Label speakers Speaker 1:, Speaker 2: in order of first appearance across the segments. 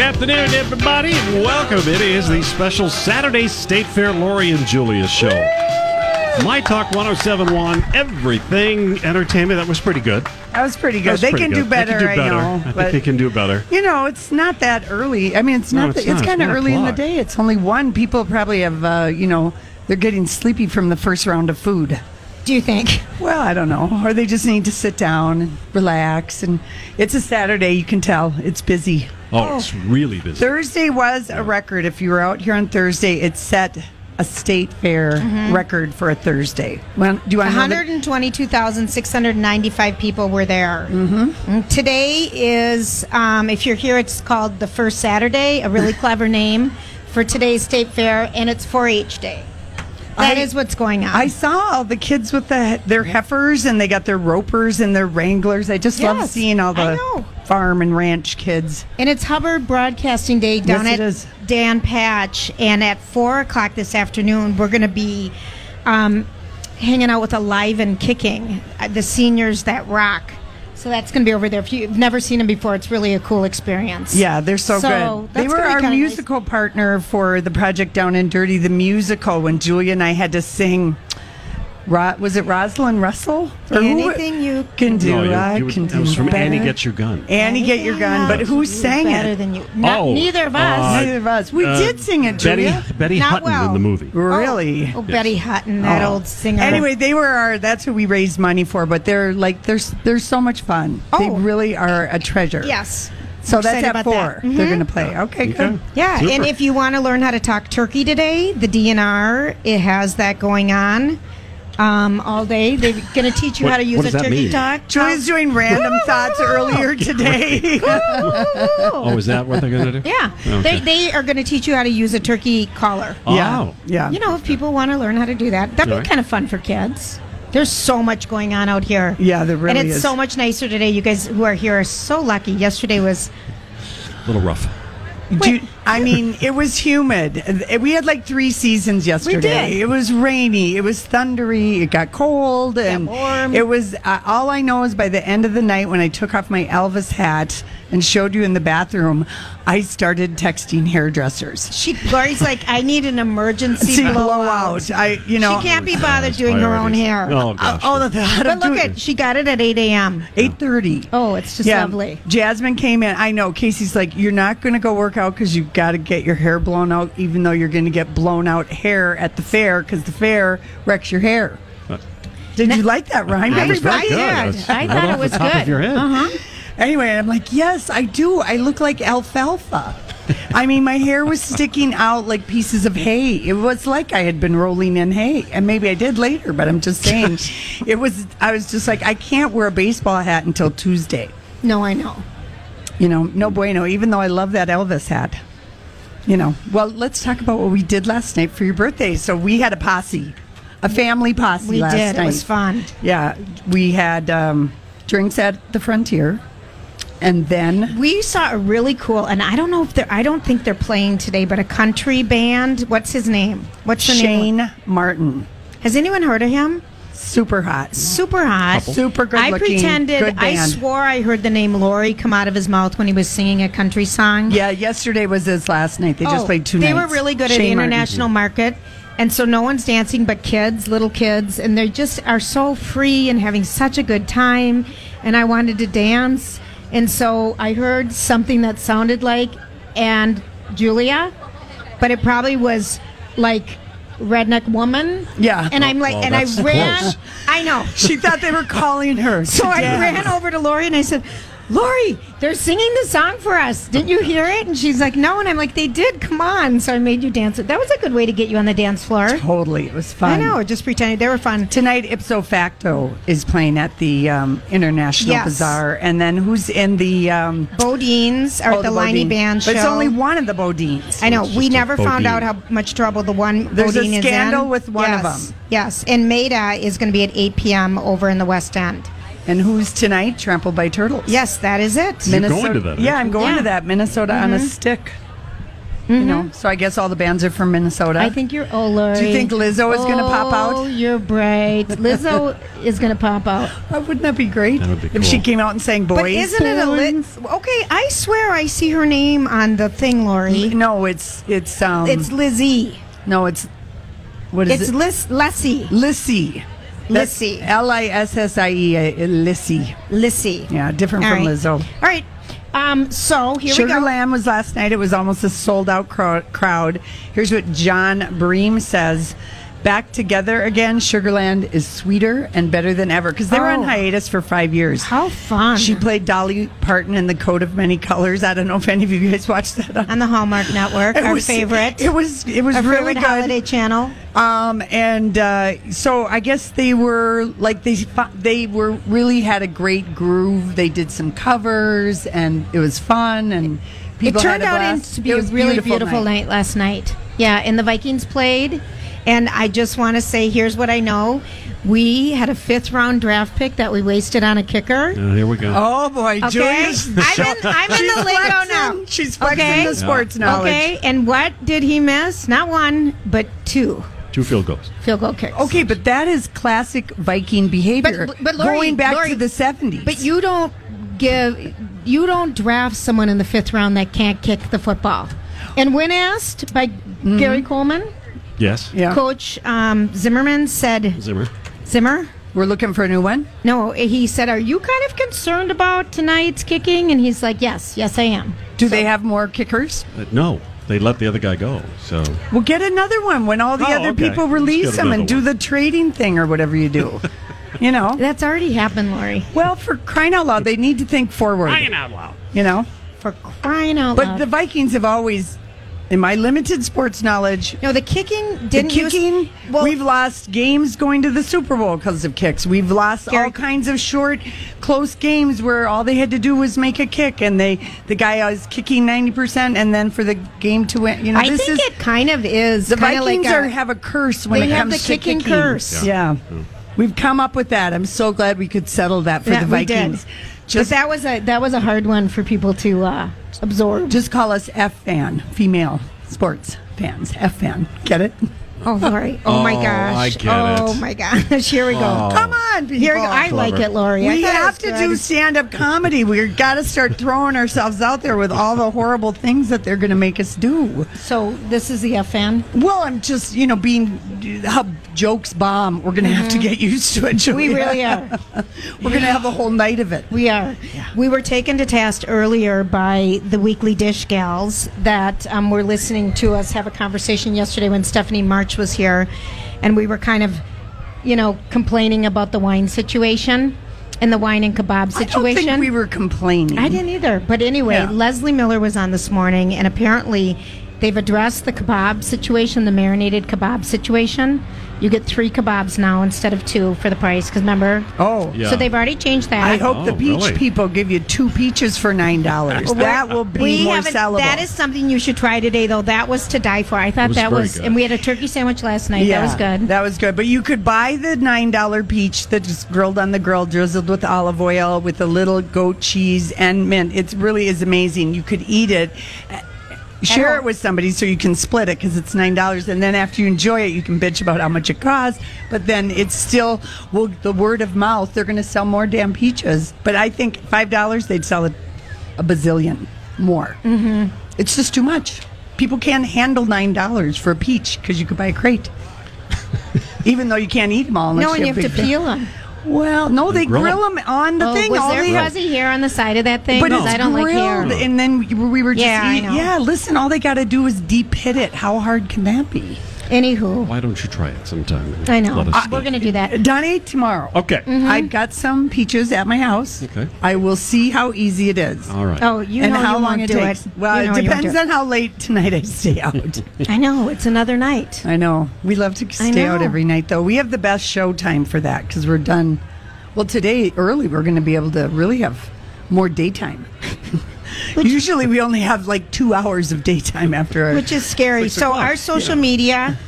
Speaker 1: afternoon, everybody, and welcome. It is the special Saturday State Fair Lori and Julia show. My Talk 1071, everything entertainment. That was pretty good.
Speaker 2: That was pretty
Speaker 1: That was
Speaker 2: good. Oh, They
Speaker 1: pretty
Speaker 2: can,
Speaker 1: good.
Speaker 2: do better,
Speaker 1: They can do better.
Speaker 2: I know.
Speaker 1: think
Speaker 2: but
Speaker 1: they can do better.
Speaker 2: you know, it's not that early. I mean, it's
Speaker 1: No,
Speaker 2: not.
Speaker 1: it's
Speaker 2: that, it's
Speaker 1: not. It's
Speaker 2: kind of
Speaker 1: one
Speaker 2: early in the
Speaker 1: o'clock.
Speaker 2: day. It's only one. People probably have, uh, you know, they're getting sleepy from the first round of food.
Speaker 3: Do you think?
Speaker 2: Well, I don't know, or they just need to sit down and relax. And it's a Saturday. You can tell it's busy.
Speaker 1: Oh, it's really busy.
Speaker 2: Thursday was a record. If you were out here on Thursday, it set a state fair
Speaker 3: Mm-hmm.
Speaker 2: record for a Thursday. Well, do you want to know? the-
Speaker 3: 122,695 people were there. Mm-hmm. Today is, um, if you're here, it's called the First Saturday, a really clever name for today's state fair, and it's 4 H Day. That is
Speaker 2: I-
Speaker 3: what's going on.
Speaker 2: I saw all the kids with the, their heifers and they got their ropers and their wranglers. I just love
Speaker 3: Yes,
Speaker 2: seeing all
Speaker 3: I
Speaker 2: the
Speaker 3: know.
Speaker 2: farm and ranch kids.
Speaker 3: And it's Hubbard Broadcasting Day down
Speaker 2: Yes, it
Speaker 3: at
Speaker 2: is.
Speaker 3: Dan Patch. And at 4 o'clock this afternoon, we're going to be um, hanging out with Alive and Kicking, uh, the seniors that rock. So that's going to be over there. If you've never seen them before, it's really a cool experience.
Speaker 2: Yeah, they're so, good. They
Speaker 3: that's
Speaker 2: were
Speaker 3: gonna be
Speaker 2: our
Speaker 3: kinda nice.
Speaker 2: musical partner for the project Down and Dirty, the musical, when Julia and I had to sing. Ro- was it Rosalind Russell? Or who-
Speaker 3: Anything you
Speaker 2: can do,
Speaker 1: No, you-
Speaker 2: I
Speaker 1: you-
Speaker 2: can
Speaker 1: that
Speaker 2: do
Speaker 1: was from Annie
Speaker 2: better.
Speaker 1: Get Your Gun.
Speaker 2: Annie, get your gun. But who
Speaker 3: You
Speaker 2: sang
Speaker 3: better
Speaker 2: it?
Speaker 3: Than you. Not,
Speaker 1: Oh,
Speaker 3: neither of
Speaker 1: uh,
Speaker 3: us.
Speaker 2: Neither of us. We
Speaker 1: Uh,
Speaker 2: did sing it,
Speaker 1: Betty,
Speaker 2: Julia.
Speaker 1: Betty
Speaker 3: Not
Speaker 1: Hutton
Speaker 3: well.
Speaker 1: in the movie.
Speaker 2: Really?
Speaker 3: Oh, Betty Hutton, that
Speaker 2: Oh.
Speaker 3: old singer.
Speaker 2: Anyway, they were our. That's who we raised money for. But they're like they're s- they're so much fun. They
Speaker 3: Oh.
Speaker 2: really are a treasure.
Speaker 3: yes.
Speaker 2: So that's
Speaker 3: Excited
Speaker 2: at
Speaker 3: about
Speaker 2: 4
Speaker 3: that. Mm-hmm.
Speaker 2: They're going to play. Okay,
Speaker 1: Okay.
Speaker 2: good.
Speaker 3: Yeah,
Speaker 1: Super.
Speaker 3: and if you want to learn how to talk turkey today, the DNR it has that going on um, all day. They're going to teach you
Speaker 1: What-
Speaker 3: how to use
Speaker 1: what
Speaker 3: a
Speaker 1: does that
Speaker 3: turkey
Speaker 1: mean?
Speaker 3: talk.
Speaker 2: Julia's doing random thoughts earlier today.
Speaker 1: Oh, is that what they're going to do?
Speaker 3: yeah,
Speaker 1: Okay.
Speaker 3: they, they are going to teach you how to use a turkey collar.
Speaker 1: Oh.
Speaker 2: yeah.
Speaker 3: You know, if people want to learn how to do that, that'd be
Speaker 1: Alright.
Speaker 3: kind of fun for kids. There's so much going on out here.
Speaker 2: Yeah, there really
Speaker 3: And it's
Speaker 2: is.
Speaker 3: so much nicer today. You guys who are here are so lucky. Yesterday was
Speaker 1: A little rough. Uh,
Speaker 2: Do you- I mean, it was humid. Uh, We had like three seasons yesterday.
Speaker 3: did.
Speaker 2: It was rainy. It was thundery. It got cold and
Speaker 3: warm.
Speaker 2: it was. Uh, all I know is by the end of the night, when I took off my Elvis hat and showed you in the bathroom, I started texting hairdressers.
Speaker 3: she. Lori's like, I need an emergency
Speaker 2: See
Speaker 3: blowout.
Speaker 2: blowout. I, you know,
Speaker 3: she can't be bothered doing her own hair.
Speaker 1: Oh, gosh.
Speaker 2: Oh, the thought
Speaker 3: But
Speaker 2: of
Speaker 3: look at she got it at 8 a.m.
Speaker 2: eight thirty.
Speaker 3: Oh, it's just lovely.
Speaker 2: Jasmine came in. I know. Casey's like, you're not going to go work out because you've got to get your hair blown out, even though you're going to get blown out hair at the fair because the fair wrecks your hair. Did you like that rhyme,
Speaker 1: That was very
Speaker 2: everybody?
Speaker 1: good.
Speaker 3: did.
Speaker 1: That's
Speaker 3: I
Speaker 1: right
Speaker 3: thought it
Speaker 1: off the
Speaker 3: was
Speaker 1: top Of
Speaker 3: good.
Speaker 1: your head.
Speaker 2: Uh-huh. Anyway, I'm like, yes, I do. I look like alfalfa. I mean, my hair was sticking out like pieces of hay. It was like I had been rolling in hay, and maybe I did later. But I'm just saying, it was. I was just like, I can't wear a baseball hat until Tuesday.
Speaker 3: No, I know.
Speaker 2: You know, no bueno, even though I love that Elvis hat. You know, well, let's talk about what we did last night for your birthday. So we had a posse, a family posse
Speaker 3: We
Speaker 2: last
Speaker 3: did.
Speaker 2: night.
Speaker 3: It was fun.
Speaker 2: Yeah, we had um, drinks at the Frontier. And then,
Speaker 3: We saw a really cool, and I don't know if they're. I don't think they're playing today, but a country band. What's his name? What's the name?
Speaker 2: Shane Martin.
Speaker 3: Has anyone heard of him?
Speaker 2: Super hot.
Speaker 3: Super hot,
Speaker 2: Super good
Speaker 3: I
Speaker 2: looking,
Speaker 3: pretended.
Speaker 2: good
Speaker 3: I
Speaker 2: band.
Speaker 3: swore I heard the name Lori come out of his mouth when he was singing a country song.
Speaker 2: Yeah, yesterday was his last night. They just
Speaker 3: Oh,
Speaker 2: played two
Speaker 3: They
Speaker 2: nights.
Speaker 3: were really good at the
Speaker 2: Shane Martin.
Speaker 3: international market. And so no one's dancing but kids, little kids, and they just are so free and having such a good time. And I wanted to dance. And so I heard something that sounded like and Julia, but it probably was like redneck woman.
Speaker 2: Yeah.
Speaker 3: And I'm like
Speaker 1: Well,
Speaker 3: and I
Speaker 1: that's
Speaker 3: ran
Speaker 1: close.
Speaker 3: I know.
Speaker 2: She thought they were calling her.
Speaker 3: So I ran over to Lori and I said, Lori, they're singing the song for us. Didn't you hear it? And she's like, No. And I'm like, They did. Come on. So I made you dance. That was a good way to get you on the dance floor.
Speaker 2: Totally. It was fun.
Speaker 3: I know. Just pretending they were fun.
Speaker 2: Tonight, Ipso Facto is playing at the um, International
Speaker 3: Yes.
Speaker 2: Bazaar. And then who's in the. Um,
Speaker 3: Bodines are
Speaker 2: oh,
Speaker 3: the, Liney
Speaker 2: Bodine.
Speaker 3: Band show.
Speaker 2: But it's only one of the Bodines.
Speaker 3: I know.
Speaker 1: It's
Speaker 3: We
Speaker 1: just a
Speaker 3: never found
Speaker 1: Bodine.
Speaker 3: out how much trouble the one
Speaker 2: There's a
Speaker 3: Bodine is
Speaker 2: scandal
Speaker 3: in.
Speaker 2: with one of
Speaker 3: Yes.
Speaker 2: them.
Speaker 3: Yes. And Maida is going to be at 8 p.m. over in the West End.
Speaker 2: And who's tonight? Trampled by Turtles.
Speaker 3: Yes, that is it.
Speaker 1: You're going to that, aren't
Speaker 2: Yeah, I'm going
Speaker 3: Yeah. Mm-hmm.
Speaker 2: to that. Minnesota on a stick. You know, so I guess all the bands are from Minnesota.
Speaker 3: I think you're oh Lori.
Speaker 2: Do you think Lizzo is gonna pop out?
Speaker 3: Oh, you're bright. Lizzo is going to pop out.
Speaker 2: Uh, wouldn't that be great
Speaker 1: That would be
Speaker 2: if she
Speaker 1: cool.
Speaker 2: came out and sang "Boys"?
Speaker 3: But isn't it a lit? Okay, I swear I see her name on the thing, Lori.
Speaker 2: No, it's it's um.
Speaker 3: It's Lizzie.
Speaker 2: no, it's what is
Speaker 3: It's
Speaker 2: it?
Speaker 3: Liz Lessie.
Speaker 2: Lissy.
Speaker 3: Lissy.
Speaker 2: L i s s i e. uh, Lissy.
Speaker 3: Lissy.
Speaker 2: Yeah, different from Lizzo.
Speaker 3: All right. Um, so here
Speaker 2: Sugar
Speaker 3: we go.
Speaker 2: Lamb was last night. It was almost a sold out crow- crowd. Here's what John Bream says. Back together again, Sugarland is sweeter and better than ever because they were on
Speaker 3: Oh.
Speaker 2: hiatus for five years.
Speaker 3: How fun.
Speaker 2: She played Dolly Parton in The Coat of Many Colors. I don't know if any of you guys watched that.
Speaker 3: on the Hallmark Network,
Speaker 2: It
Speaker 3: our
Speaker 2: was-
Speaker 3: favorite.
Speaker 2: It was it was
Speaker 3: our
Speaker 2: really
Speaker 3: favorite holiday
Speaker 2: good.
Speaker 3: channel.
Speaker 2: Um, and uh, so I guess they were like they fi- they were really had a great groove. They did some covers and it was fun and people
Speaker 3: it turned
Speaker 2: had a
Speaker 3: out in-
Speaker 2: blast.
Speaker 3: to be
Speaker 2: It
Speaker 3: a
Speaker 2: was
Speaker 3: really beautiful, night. last night. Yeah, and the Vikings played. And I just want to say, here's what I know: we had a fifth round draft pick that we wasted on a kicker.
Speaker 1: Uh, here we go.
Speaker 2: Oh boy,
Speaker 3: Okay,
Speaker 2: Julia's
Speaker 3: I'm in, I'm in the lingo now.
Speaker 2: She's flexing
Speaker 3: Okay.
Speaker 2: the sports knowledge.
Speaker 3: Okay, and what did he miss? Not one, but two
Speaker 2: Oh.
Speaker 1: Two field goals.
Speaker 3: field goal kicks.
Speaker 2: Okay, but that is classic Viking behavior.
Speaker 3: But- but Lori-
Speaker 2: going back
Speaker 3: Lori-
Speaker 2: to the seventies.
Speaker 3: But you don't give, you don't draft someone in the fifth round that can't kick the football. And when asked by Gary Coleman,
Speaker 1: Yes.
Speaker 2: yeah.
Speaker 3: Coach um, Zimmerman said,
Speaker 1: Zimmer.
Speaker 3: Zimmer,
Speaker 2: We're looking for a new one.
Speaker 3: no, he said, are you kind of concerned about tonight's kicking? And he's like, yes, yes, I am.
Speaker 2: Do they have more kickers?
Speaker 1: Uh, no, they let the other guy go. So
Speaker 2: Well, get another one when all the
Speaker 1: Oh,
Speaker 2: other
Speaker 1: okay.
Speaker 2: people
Speaker 1: Let's
Speaker 2: release
Speaker 1: get
Speaker 2: them and
Speaker 1: another
Speaker 2: do
Speaker 1: one.
Speaker 2: the trading thing or whatever you do. you know?
Speaker 3: That's already happened, Lori.
Speaker 2: Well, for crying out loud, they need to think forward. Crying out loud. You know?
Speaker 3: For crying out
Speaker 2: But
Speaker 3: loud.
Speaker 2: the Vikings have always, in my limited sports knowledge,
Speaker 3: no, the kicking
Speaker 2: the
Speaker 3: didn't use-
Speaker 2: kicking,
Speaker 3: well,
Speaker 2: we've lost games going to the Super Bowl because of kicks. We've lost all
Speaker 3: Gary-
Speaker 2: kinds of short, close games where all they had to do was make a kick and they the guy is kicking 90% and then for the game to win. You know,
Speaker 3: I
Speaker 2: this is.
Speaker 3: think it kind of is.
Speaker 2: The
Speaker 3: kinda
Speaker 2: Vikings
Speaker 3: like a-
Speaker 2: are, have a curse when
Speaker 3: They
Speaker 2: it
Speaker 3: have
Speaker 2: comes
Speaker 3: the
Speaker 2: to
Speaker 3: kicking curse.
Speaker 2: Yeah. We've come up with that. I'm so glad we could settle that for
Speaker 3: Yeah,
Speaker 2: the
Speaker 3: we did.
Speaker 2: Vikings.
Speaker 3: But
Speaker 2: Just
Speaker 3: that was a that was a hard one for people to uh, absorb.
Speaker 2: just call us F fan, female sports fans. F fan. Get it?
Speaker 3: Oh, Lori. Oh, my
Speaker 1: Oh,
Speaker 3: gosh.
Speaker 1: I get
Speaker 3: oh
Speaker 1: it. Oh.
Speaker 3: my gosh. Here we go.
Speaker 2: Come on, people.
Speaker 3: Here we go. I like it, Lori. I
Speaker 2: we
Speaker 3: thought it
Speaker 2: have
Speaker 3: was
Speaker 2: to
Speaker 3: good.
Speaker 2: do stand up comedy. We've got to start throwing ourselves out there with all the horrible things that they're going to make us do.
Speaker 3: So this is the FN.
Speaker 2: Well, I'm just, you know, being how jokes bomb. We're going to have to get used to it,
Speaker 3: We
Speaker 2: Julia.
Speaker 3: really are.
Speaker 2: We're going to have a whole night of it.
Speaker 3: We are. We were taken to task earlier by the Weekly Dish gals that um, were listening to us have a conversation yesterday when Stephanie March was here, and we were kind of, you know, complaining about the wine situation and the wine and kebab situation.
Speaker 2: I don't think we were complaining.
Speaker 3: I didn't either. But anyway,
Speaker 2: Yeah.
Speaker 3: Leslie Miller was on this morning, and apparently they've addressed the kebab situation, the marinated kebab situation. You get three kebabs now instead of two for the price, because remember?
Speaker 2: Oh,
Speaker 1: Yeah.
Speaker 3: So they've already changed that.
Speaker 2: I hope the
Speaker 1: Oh,
Speaker 2: peach
Speaker 1: really?
Speaker 2: people give you two peaches for nine dollars. that will be
Speaker 3: we
Speaker 2: more
Speaker 3: haven't.
Speaker 2: sellable.
Speaker 3: That is something you should try today, though. That was to die for. I thought
Speaker 1: was
Speaker 3: that
Speaker 1: very
Speaker 3: was,
Speaker 1: good.
Speaker 3: and we had a turkey sandwich last night.
Speaker 2: yeah,
Speaker 3: that was good.
Speaker 2: That was good. But you could buy the nine dollar peach that's grilled on the grill, drizzled with olive oil, with a little goat cheese and mint. It really is amazing. You could eat it. uh, Share it
Speaker 3: home.
Speaker 2: with somebody so you can split it because it's nine dollars, and then after you enjoy it, you can bitch about how much it costs. But then it's still well, the word of mouth. They're going to sell more damn peaches. But I think five dollars, they'd sell it a bazillion more. Mm-hmm. It's just too much. People can't handle nine dollars for a peach because you could buy a crate, even though you can't eat them all. Unless
Speaker 3: no, and you have to
Speaker 2: big-
Speaker 3: peel them.
Speaker 2: Well, no, they
Speaker 1: grill
Speaker 2: grill
Speaker 1: 'em.
Speaker 2: 'em on the
Speaker 3: oh,
Speaker 2: thing.
Speaker 3: was
Speaker 2: all
Speaker 3: there
Speaker 2: they have-
Speaker 3: fuzzy hair on the side of that thing?
Speaker 2: but
Speaker 3: 'Cause
Speaker 2: it's
Speaker 3: I don't like hair.
Speaker 2: grilled, and then we, we were just
Speaker 3: Yeah, I
Speaker 2: eat-
Speaker 3: know.
Speaker 2: yeah. Listen, all they got to do is deep hit it. How hard can that be?
Speaker 3: Anywho,
Speaker 1: Why don't you try it sometime? and
Speaker 3: I know. Uh,
Speaker 1: let us
Speaker 3: We're Mm-hmm.
Speaker 1: know.
Speaker 3: going to do that.
Speaker 2: Donnie, tomorrow.
Speaker 1: Okay.
Speaker 2: I've got some peaches at my house.
Speaker 1: Oh. Okay.
Speaker 2: I will see how easy it is.
Speaker 1: All right.
Speaker 3: Oh, you
Speaker 2: and
Speaker 3: know
Speaker 2: how long
Speaker 3: you won't
Speaker 2: it
Speaker 3: do
Speaker 2: takes.
Speaker 3: it.
Speaker 2: Well,
Speaker 3: You know
Speaker 2: it
Speaker 3: you won't do
Speaker 2: depends on how late tonight I stay out.
Speaker 3: I know it's another night.
Speaker 2: I know. We love to stay out
Speaker 3: know.
Speaker 2: every night, though. We have the best show time for that because we're done. Well, today early, we're going to be able to really have more daytime. Usually, we only have like two hours of daytime after. Our,
Speaker 3: which is scary.
Speaker 1: Six
Speaker 3: So
Speaker 1: o'clock,
Speaker 3: our social media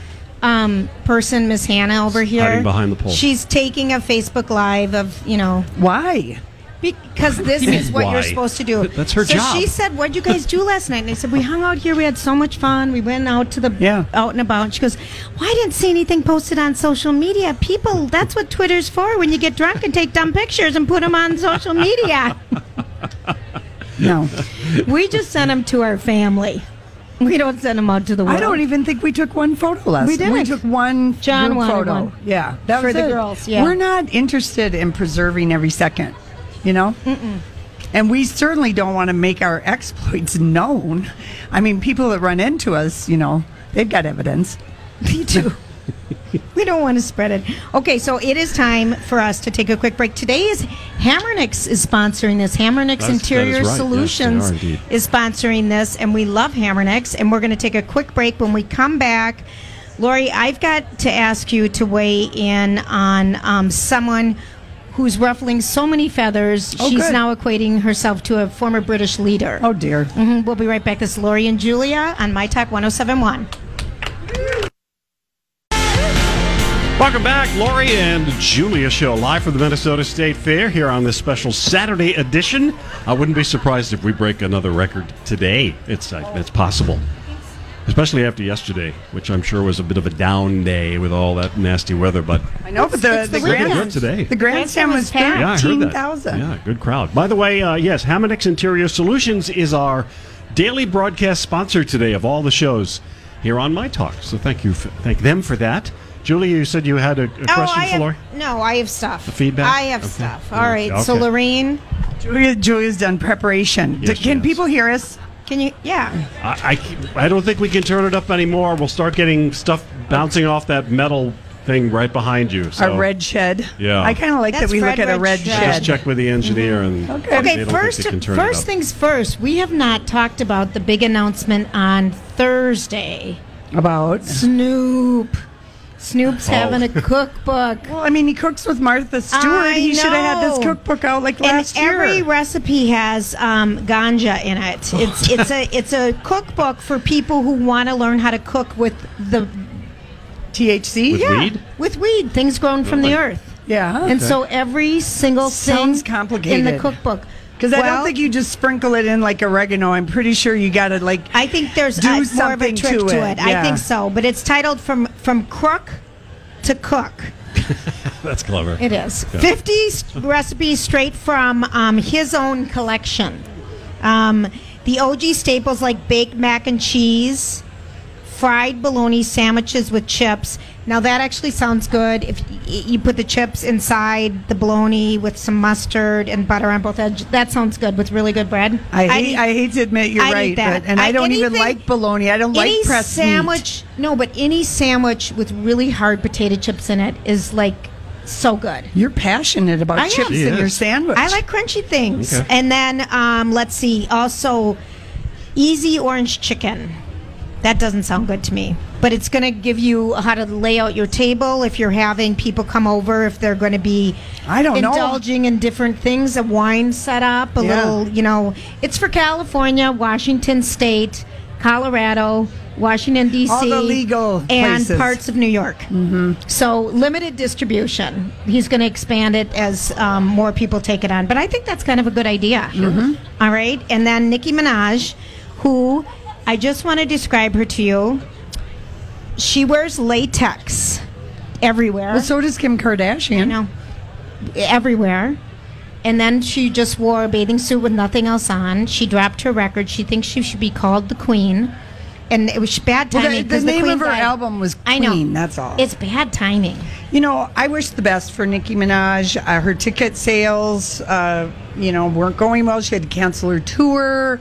Speaker 3: um, person, Miss Hannah over here,
Speaker 1: Hiding behind the pole.
Speaker 3: she's taking a Facebook live of you know
Speaker 2: why?
Speaker 3: Because this
Speaker 1: You mean
Speaker 3: is what
Speaker 1: why?
Speaker 3: you're supposed to do.
Speaker 1: That's her
Speaker 3: so
Speaker 1: job.
Speaker 3: she said, "What'd you guys do last night?" And I said, "We hung out here. We had so much fun. We went out to the
Speaker 2: Yeah.
Speaker 3: out and about." And she goes, "Why I didn't see anything posted on social media? People, that's what Twitter's for. When you get drunk and take dumb pictures and put them on social media,
Speaker 2: No.
Speaker 3: we just sent them to our family. We don't send them out to the world.
Speaker 2: I don't even think we took one photo last.
Speaker 3: We didn't.
Speaker 2: We took one
Speaker 3: John
Speaker 2: group
Speaker 3: wanted
Speaker 2: photo.
Speaker 3: one.
Speaker 2: Yeah, that
Speaker 3: For
Speaker 2: was
Speaker 3: the
Speaker 2: it.
Speaker 3: girls, yeah.
Speaker 2: we're not interested in preserving every second, you know. Mm-mm. And we certainly don't want to make our exploits known. I mean, people that run into us, you know, they've got evidence.
Speaker 3: Me too. we don't want to spread it. Okay, so it is time for us to take a quick break. Today is Hammernix is sponsoring this. Hammernix
Speaker 1: That's- that is
Speaker 3: Interior
Speaker 1: right. Yes, they
Speaker 3: Solutions
Speaker 1: are indeed.
Speaker 3: is sponsoring this, and we love Hammernix. And we're going to take a quick break. When we come back, Lori, I've got to ask you to weigh in on um, someone. Who's ruffling so many feathers?
Speaker 2: Oh,
Speaker 3: She's
Speaker 2: good.
Speaker 3: now equating herself to a former British leader.
Speaker 2: Oh dear.
Speaker 3: Mhm. We'll be right back. This is Lori and Julia on My Talk 1071.
Speaker 1: Welcome back, Lori and Julia Show, live from the Minnesota State Fair here on this special Saturday edition. I wouldn't be surprised if we break another record today. It's uh, it's possible, especially after yesterday, which I'm sure was a bit of a down day with all that nasty weather. But
Speaker 2: I know, but the
Speaker 3: it's
Speaker 2: the,
Speaker 3: the
Speaker 1: Looking
Speaker 2: grand,
Speaker 1: good today.
Speaker 2: the grandstand
Speaker 3: Grandstand was
Speaker 2: was
Speaker 3: packed.
Speaker 1: Yeah, I heard
Speaker 2: thirteen
Speaker 1: that.
Speaker 2: thousand.
Speaker 1: Yeah, good crowd. By the way, uh, yes, Hamonix Interior Solutions is our daily broadcast sponsor today of all the shows here on My Talk. So thank you, f thank them for that. Julia, you said you had a, a question
Speaker 3: Oh, I
Speaker 1: for
Speaker 3: have,
Speaker 1: Lori.
Speaker 3: No, I have stuff.
Speaker 1: feedback?
Speaker 3: I have
Speaker 1: Okay.
Speaker 3: stuff.
Speaker 1: Yeah,
Speaker 3: All right. So,
Speaker 1: okay.
Speaker 3: Lorraine,
Speaker 2: Julia, Julia's done preparation.
Speaker 1: Yes, she
Speaker 2: Can
Speaker 1: has.
Speaker 2: people hear us?
Speaker 3: can you? Yeah.
Speaker 1: I, I, I don't think we can turn it up anymore. We'll start getting stuff bouncing off that metal thing right behind you. So
Speaker 2: Our red shed.
Speaker 1: Yeah.
Speaker 2: I kind of like
Speaker 3: That's
Speaker 2: that we look
Speaker 3: red,
Speaker 2: at a
Speaker 3: red
Speaker 2: red
Speaker 3: shed.
Speaker 2: shed. Mm-hmm.
Speaker 1: Just check with the engineer and
Speaker 2: Okay.
Speaker 1: they
Speaker 3: Okay.
Speaker 1: don't think
Speaker 3: First,
Speaker 1: they can turn it
Speaker 3: first
Speaker 1: up.
Speaker 3: things first. We have not talked about the big announcement on Thursday.
Speaker 2: About.
Speaker 3: Snoop. Snoop's
Speaker 1: Oh.
Speaker 3: having a cookbook.
Speaker 2: Well, I mean, he cooks with Martha Stewart.
Speaker 3: I
Speaker 2: he should have had this
Speaker 3: know.
Speaker 2: cookbook out like
Speaker 3: And
Speaker 2: last
Speaker 3: every
Speaker 2: year.
Speaker 3: recipe has um, ganja in it. It's it's a it's a cookbook for people who want to learn how to cook with the
Speaker 2: THC.
Speaker 1: With
Speaker 2: yeah.
Speaker 1: weed?
Speaker 3: with weed, things grown from the earth.
Speaker 2: Yeah.
Speaker 3: And so every single
Speaker 2: Oh, Sounds
Speaker 3: thing in
Speaker 2: complicated.
Speaker 3: the cookbook.
Speaker 2: because I don't think you just sprinkle it in like oregano. I'm pretty sure you got to like.
Speaker 3: I think there's
Speaker 2: do
Speaker 3: uh, more of a
Speaker 2: something
Speaker 3: trick to it. I
Speaker 2: Yeah.
Speaker 3: think so, but it's titled from from crook to cook.
Speaker 1: That's clever.
Speaker 3: It is 50 s- recipes straight from um, his own collection. Um, the OG staples like baked mac and cheese, fried bologna sandwiches with chips. Now that actually sounds good if y- you put the chips inside the bologna with some mustard and butter on both edges. That sounds good with really good bread.
Speaker 2: I hate, I,
Speaker 3: need-
Speaker 2: hate to admit you're
Speaker 3: I need
Speaker 2: right,
Speaker 3: that.
Speaker 2: but, and I,
Speaker 3: I-
Speaker 2: don't even
Speaker 3: anything-
Speaker 2: like bologna. I don't
Speaker 3: any
Speaker 2: like pressed meat.
Speaker 3: sandwich, no, but any sandwich with really hard potato chips in it is like so good.
Speaker 2: You're passionate about
Speaker 3: I am.
Speaker 2: chips
Speaker 1: She
Speaker 2: in your
Speaker 1: is.
Speaker 2: sandwich.
Speaker 3: I like crunchy things.
Speaker 1: Okay.
Speaker 3: And then um, let's see, also easy orange chicken. That doesn't sound good to me, but it's going to give you how to lay out your table if you're having people come over if they're going to be
Speaker 2: I don't know.
Speaker 3: indulging in different things, a wine setup, a
Speaker 2: Yeah.
Speaker 3: little, you know, it's for California, Washington state, Colorado, Washington D.C.
Speaker 2: All the legal
Speaker 3: and
Speaker 2: places. Mm-hmm.
Speaker 3: parts of New York. So limited distribution. He's going to expand it as um, more people take it on. But I think that's kind of a good idea.
Speaker 2: Mm-hmm.
Speaker 3: All right, and then Nicki Minaj, who I just want to describe her to you. She wears latex everywhere.
Speaker 2: Well, so does Kim Kardashian.
Speaker 3: No, everywhere. And then she just wore a bathing suit with nothing else on. She dropped her record. She thinks she should be called the Queen. And it was bad
Speaker 2: Well, the-
Speaker 3: timing.
Speaker 2: the
Speaker 3: 'cause
Speaker 2: name
Speaker 3: Queen
Speaker 2: of her
Speaker 3: died.
Speaker 2: album was
Speaker 3: I know.
Speaker 2: Queen, that's all.
Speaker 3: It's bad timing.
Speaker 2: You know, I wish the best for Nicki Minaj. Uh, her ticket sales, uh, you know, weren't going well. She had to cancel her tour.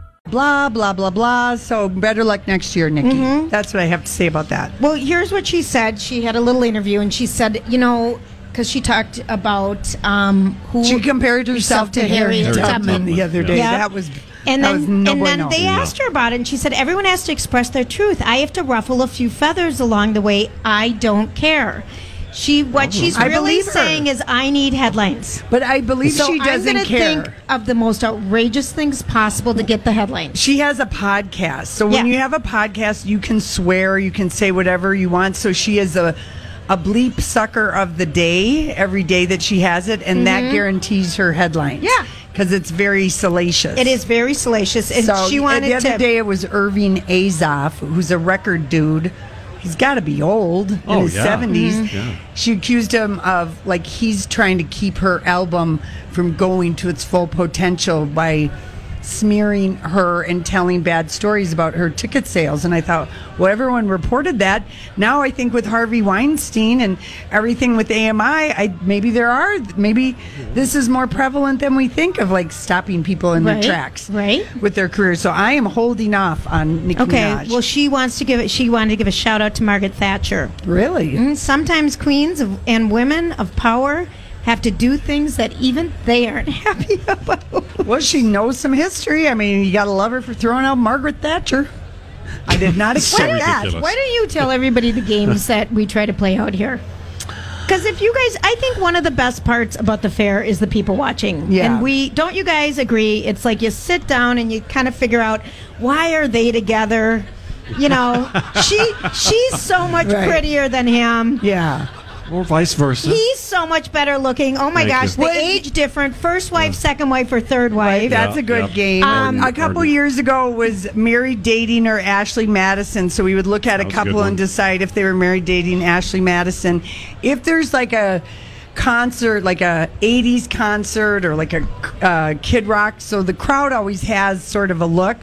Speaker 2: Blah, blah, blah, blah. So better luck next year, Nikki. That's what I have to say about that.
Speaker 4: Well, here's what she said. She had a little interview and she said, you know, because she talked about um, who
Speaker 2: She compared herself to Harriet
Speaker 1: Harriet
Speaker 2: Tubman,
Speaker 1: Tubman.
Speaker 2: the other day.
Speaker 4: Yeah.
Speaker 2: That was
Speaker 3: And
Speaker 2: that
Speaker 3: then,
Speaker 2: was no
Speaker 3: and
Speaker 2: bueno.
Speaker 3: then they asked her about it, and she said, Everyone has to express their truth. I have to ruffle a few feathers along the way. I don't care. She, what she's
Speaker 2: Oh. I
Speaker 3: really
Speaker 2: believe her.
Speaker 3: saying is, I need headlines.
Speaker 2: But I believe she
Speaker 4: I'm
Speaker 2: doesn't
Speaker 4: gonna
Speaker 2: care.
Speaker 4: think of the most outrageous things possible to get the headline.
Speaker 2: she has a podcast. So when
Speaker 3: Yeah.
Speaker 2: you have a podcast, you can swear, you can say whatever you want. So she is a a bleep sucker of the day every day that she has it, and that guarantees her headlines.
Speaker 4: Yeah.
Speaker 2: because it's very salacious.
Speaker 3: It is very salacious, and
Speaker 2: So
Speaker 3: she wanted
Speaker 2: the other
Speaker 3: to.
Speaker 2: day it was Irving Azoff, who's a record dude. He's got to be old in
Speaker 1: Oh,
Speaker 2: his
Speaker 1: yeah.
Speaker 2: 70s.
Speaker 1: Yeah.
Speaker 2: She accused him of like he's trying to keep her album from going to its full potential by smearing her and telling bad stories about her ticket sales. And I thought, well, everyone reported that. Now I think with Harvey Weinstein and everything with AMI, I maybe there are maybe this is more prevalent than we think of like stopping people in
Speaker 3: Right,
Speaker 2: their tracks
Speaker 3: right.
Speaker 2: with their career. So I am holding off on Nicki
Speaker 3: okay,
Speaker 2: Minaj.
Speaker 3: well, she wants to give it. She wanted to give a shout out to Margaret Thatcher.
Speaker 2: really?
Speaker 3: Mm-hmm. Sometimes queens of, and women of power have to do things that even they aren't happy about.
Speaker 2: Well, she knows some history. I mean, you got to love her for throwing out Margaret Thatcher. I did not
Speaker 1: So
Speaker 2: expect that.
Speaker 1: ridiculous.
Speaker 3: Why don't you tell everybody the games that we try to play out here? Because if you guys, I think one of the best parts about the fair is the people watching.
Speaker 2: Yeah.
Speaker 3: And we, don't you guys agree? It's like you sit down and you kind of figure out why are they together? You know, she she's so much
Speaker 2: Right.
Speaker 3: prettier than him.
Speaker 2: Yeah.
Speaker 1: Or vice versa.
Speaker 3: He's so much better looking. Oh my
Speaker 1: Thank
Speaker 3: gosh,
Speaker 1: you.
Speaker 3: the
Speaker 1: Well,
Speaker 3: age different. First wife, second wife, or third
Speaker 2: Right,
Speaker 3: wife.
Speaker 2: that's
Speaker 1: Yeah,
Speaker 2: a good
Speaker 1: yeah.
Speaker 2: game.
Speaker 1: Um,
Speaker 2: a couple
Speaker 1: Pardon.
Speaker 2: years ago was married dating or Ashley Madison. So we would look at a
Speaker 1: was a good
Speaker 2: couple
Speaker 1: one.
Speaker 2: and decide if they were married dating Ashley Madison. If there's like a concert, like a '80s concert or like a uh, Kid Rock, so the crowd always has sort of a look.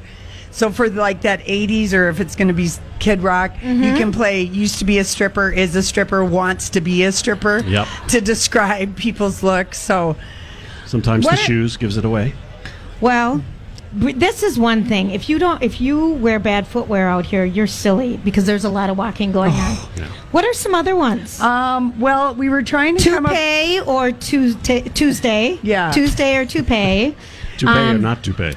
Speaker 2: So for like that '80s, or if it's going to be Kid Rock, you can play "Used to be a stripper," "Is a stripper," "Wants to be a stripper"
Speaker 1: Yep.
Speaker 2: to describe people's looks. So
Speaker 1: Sometimes
Speaker 3: What
Speaker 1: the
Speaker 3: a-
Speaker 1: shoes gives it away.
Speaker 3: Well, b- this is one thing. If you don't, if you wear bad footwear out here, you're silly because there's a lot of walking going
Speaker 1: Oh,
Speaker 3: on. What are some other ones?
Speaker 2: Um, well, we were trying to come up.
Speaker 3: toupee or Tuesday? Tuesday?
Speaker 2: Yeah.
Speaker 3: Tuesday or toupee? Um,
Speaker 1: Toupee
Speaker 2: Um,
Speaker 1: or not toupee.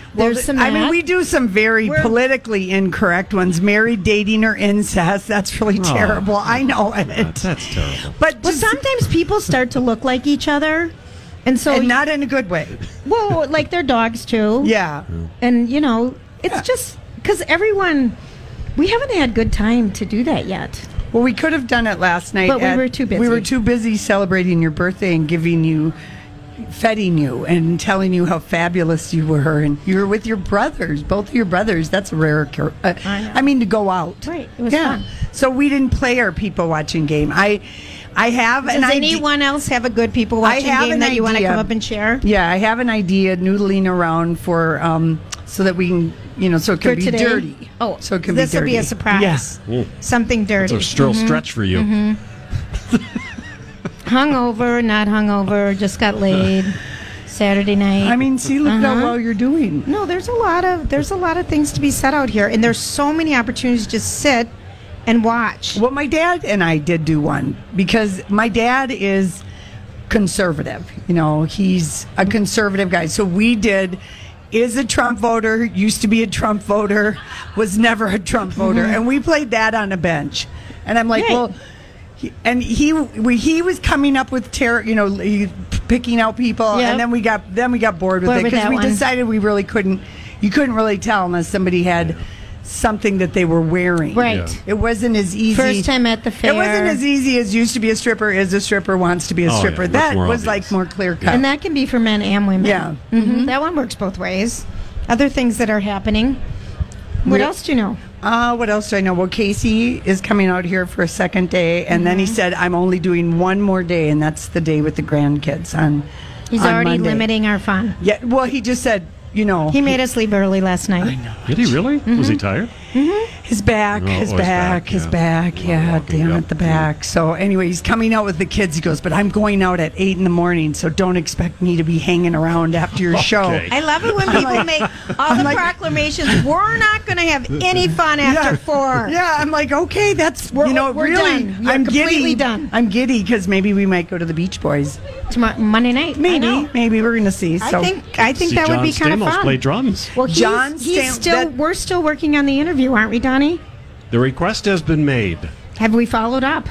Speaker 2: Well,
Speaker 3: there's
Speaker 2: th-
Speaker 3: some.
Speaker 2: I mean,
Speaker 3: that.
Speaker 2: we do some very
Speaker 3: We're-
Speaker 2: politically incorrect ones: married, dating, or incest. That's really terrible. I know it.
Speaker 1: That's terrible.
Speaker 2: But
Speaker 3: Well,
Speaker 2: just,
Speaker 3: sometimes people start to look like each other, and so
Speaker 2: and not in a good way.
Speaker 3: well, like their dogs too.
Speaker 2: Yeah.
Speaker 3: And you know, it's just because everyone. We haven't had good time to do that yet.
Speaker 2: Well, we could have done it last night,
Speaker 3: But we were too busy.
Speaker 2: We were too busy celebrating your birthday and giving you, feting you, and telling you how fabulous you were, and you were with your brothers, both of your brothers. That's a rare. occur- Uh,
Speaker 3: I know.
Speaker 2: I, mean, to go out.
Speaker 3: Right, it was
Speaker 2: yeah.
Speaker 3: fun.
Speaker 2: So we didn't play our people watching game. I, I have an
Speaker 3: Does
Speaker 2: idea-
Speaker 3: anyone else have a good people watching
Speaker 2: I have
Speaker 3: game
Speaker 2: an
Speaker 3: that you want to
Speaker 2: idea.
Speaker 3: come up and share?
Speaker 2: Yeah, I have an idea noodling around for um, so that we can, you know, so it can
Speaker 3: For
Speaker 2: be
Speaker 3: today?
Speaker 2: dirty.
Speaker 3: Oh,
Speaker 2: so it can
Speaker 3: this will be a
Speaker 2: dirty.
Speaker 3: surprise.
Speaker 2: Yes.
Speaker 3: Something
Speaker 1: It's
Speaker 3: dirty.
Speaker 1: a str-
Speaker 2: Mm-hmm.
Speaker 1: stretch for you.
Speaker 3: hungover, not hungover, just got laid. Saturday night.
Speaker 2: I mean, see, look
Speaker 3: Uh-huh.
Speaker 2: how well you're doing.
Speaker 3: no, there's a lot of there's a lot of things to be said out here, and there's so many opportunities to just sit and watch.
Speaker 2: Well, my dad and I did do one because my dad is conservative. You know, he's a conservative guy. So we did. Is a Trump voter, used to be a Trump voter, was never a Trump voter.
Speaker 3: Mm-hmm.
Speaker 2: And we played that on a bench. And I'm like,
Speaker 3: Right.
Speaker 2: well, he- and he we, he was coming up with terror, you know, he- picking out people,
Speaker 3: Yep.
Speaker 2: and then we got then we got bored with
Speaker 3: Bored
Speaker 2: it
Speaker 3: with
Speaker 2: because
Speaker 3: that
Speaker 2: we
Speaker 3: one.
Speaker 2: decided we really couldn't you couldn't really tell unless somebody had something that they were wearing.
Speaker 3: Right.
Speaker 1: Yeah.
Speaker 2: It wasn't as easy.
Speaker 3: First time at the fair.
Speaker 2: It wasn't as easy as used to be a stripper is a stripper wants to be a
Speaker 1: Oh, yeah,
Speaker 2: stripper.
Speaker 1: much
Speaker 2: that
Speaker 1: more
Speaker 2: was
Speaker 1: obvious.
Speaker 2: like more clear cut.
Speaker 3: And that can be for men and women.
Speaker 2: Yeah.
Speaker 3: hmm That one works both ways. Other things that are happening. What
Speaker 2: Yeah.
Speaker 3: else do you know?
Speaker 2: Uh, what else do I know? Well, Casey is coming out here for a second day, and then he
Speaker 3: Mm-hmm.
Speaker 2: said, "I'm only doing one more day, and that's the day with the grandkids." On
Speaker 3: He's
Speaker 2: on
Speaker 3: already
Speaker 2: Monday.
Speaker 3: limiting our fun.
Speaker 2: Yeah. Well, he just said, you know,
Speaker 3: He made us leave early last night.
Speaker 1: Did he really?
Speaker 2: Mm-hmm.
Speaker 1: Was he tired?
Speaker 2: his back,
Speaker 1: Oh, oh, his
Speaker 2: his back,
Speaker 1: back,
Speaker 2: his
Speaker 1: yeah.
Speaker 2: back.
Speaker 1: Long
Speaker 2: Yeah,
Speaker 1: walking,
Speaker 2: damn
Speaker 1: yep.
Speaker 2: it, the back. So anyway, he's coming out with the kids. He goes, "But I'm going out at eight in the morning, so don't expect me to be hanging around after your show."
Speaker 1: Okay.
Speaker 3: I love it when people make all the proclamations. We're not going to have any fun after four.
Speaker 2: Yeah, I'm like, okay, that's
Speaker 3: We're-
Speaker 2: you know,
Speaker 3: we're
Speaker 2: really,
Speaker 3: done. We're
Speaker 2: I'm
Speaker 3: completely
Speaker 2: giddy.
Speaker 3: done.
Speaker 2: I'm giddy because maybe we might go to the Beach Boys.
Speaker 3: Tomorrow, Monday night. I know.
Speaker 2: Maybe, maybe we're gonna see.
Speaker 3: I
Speaker 2: So
Speaker 3: think I think
Speaker 1: See
Speaker 3: that
Speaker 1: John
Speaker 3: would be kind of
Speaker 1: Stamos
Speaker 3: fun.
Speaker 1: play drums.
Speaker 3: Well, he's,
Speaker 2: John
Speaker 3: he's
Speaker 2: Stam-
Speaker 3: still.
Speaker 2: that-
Speaker 3: we're still working on the interview, aren't we, Donnie?
Speaker 1: The request has been made.
Speaker 3: Have we followed up?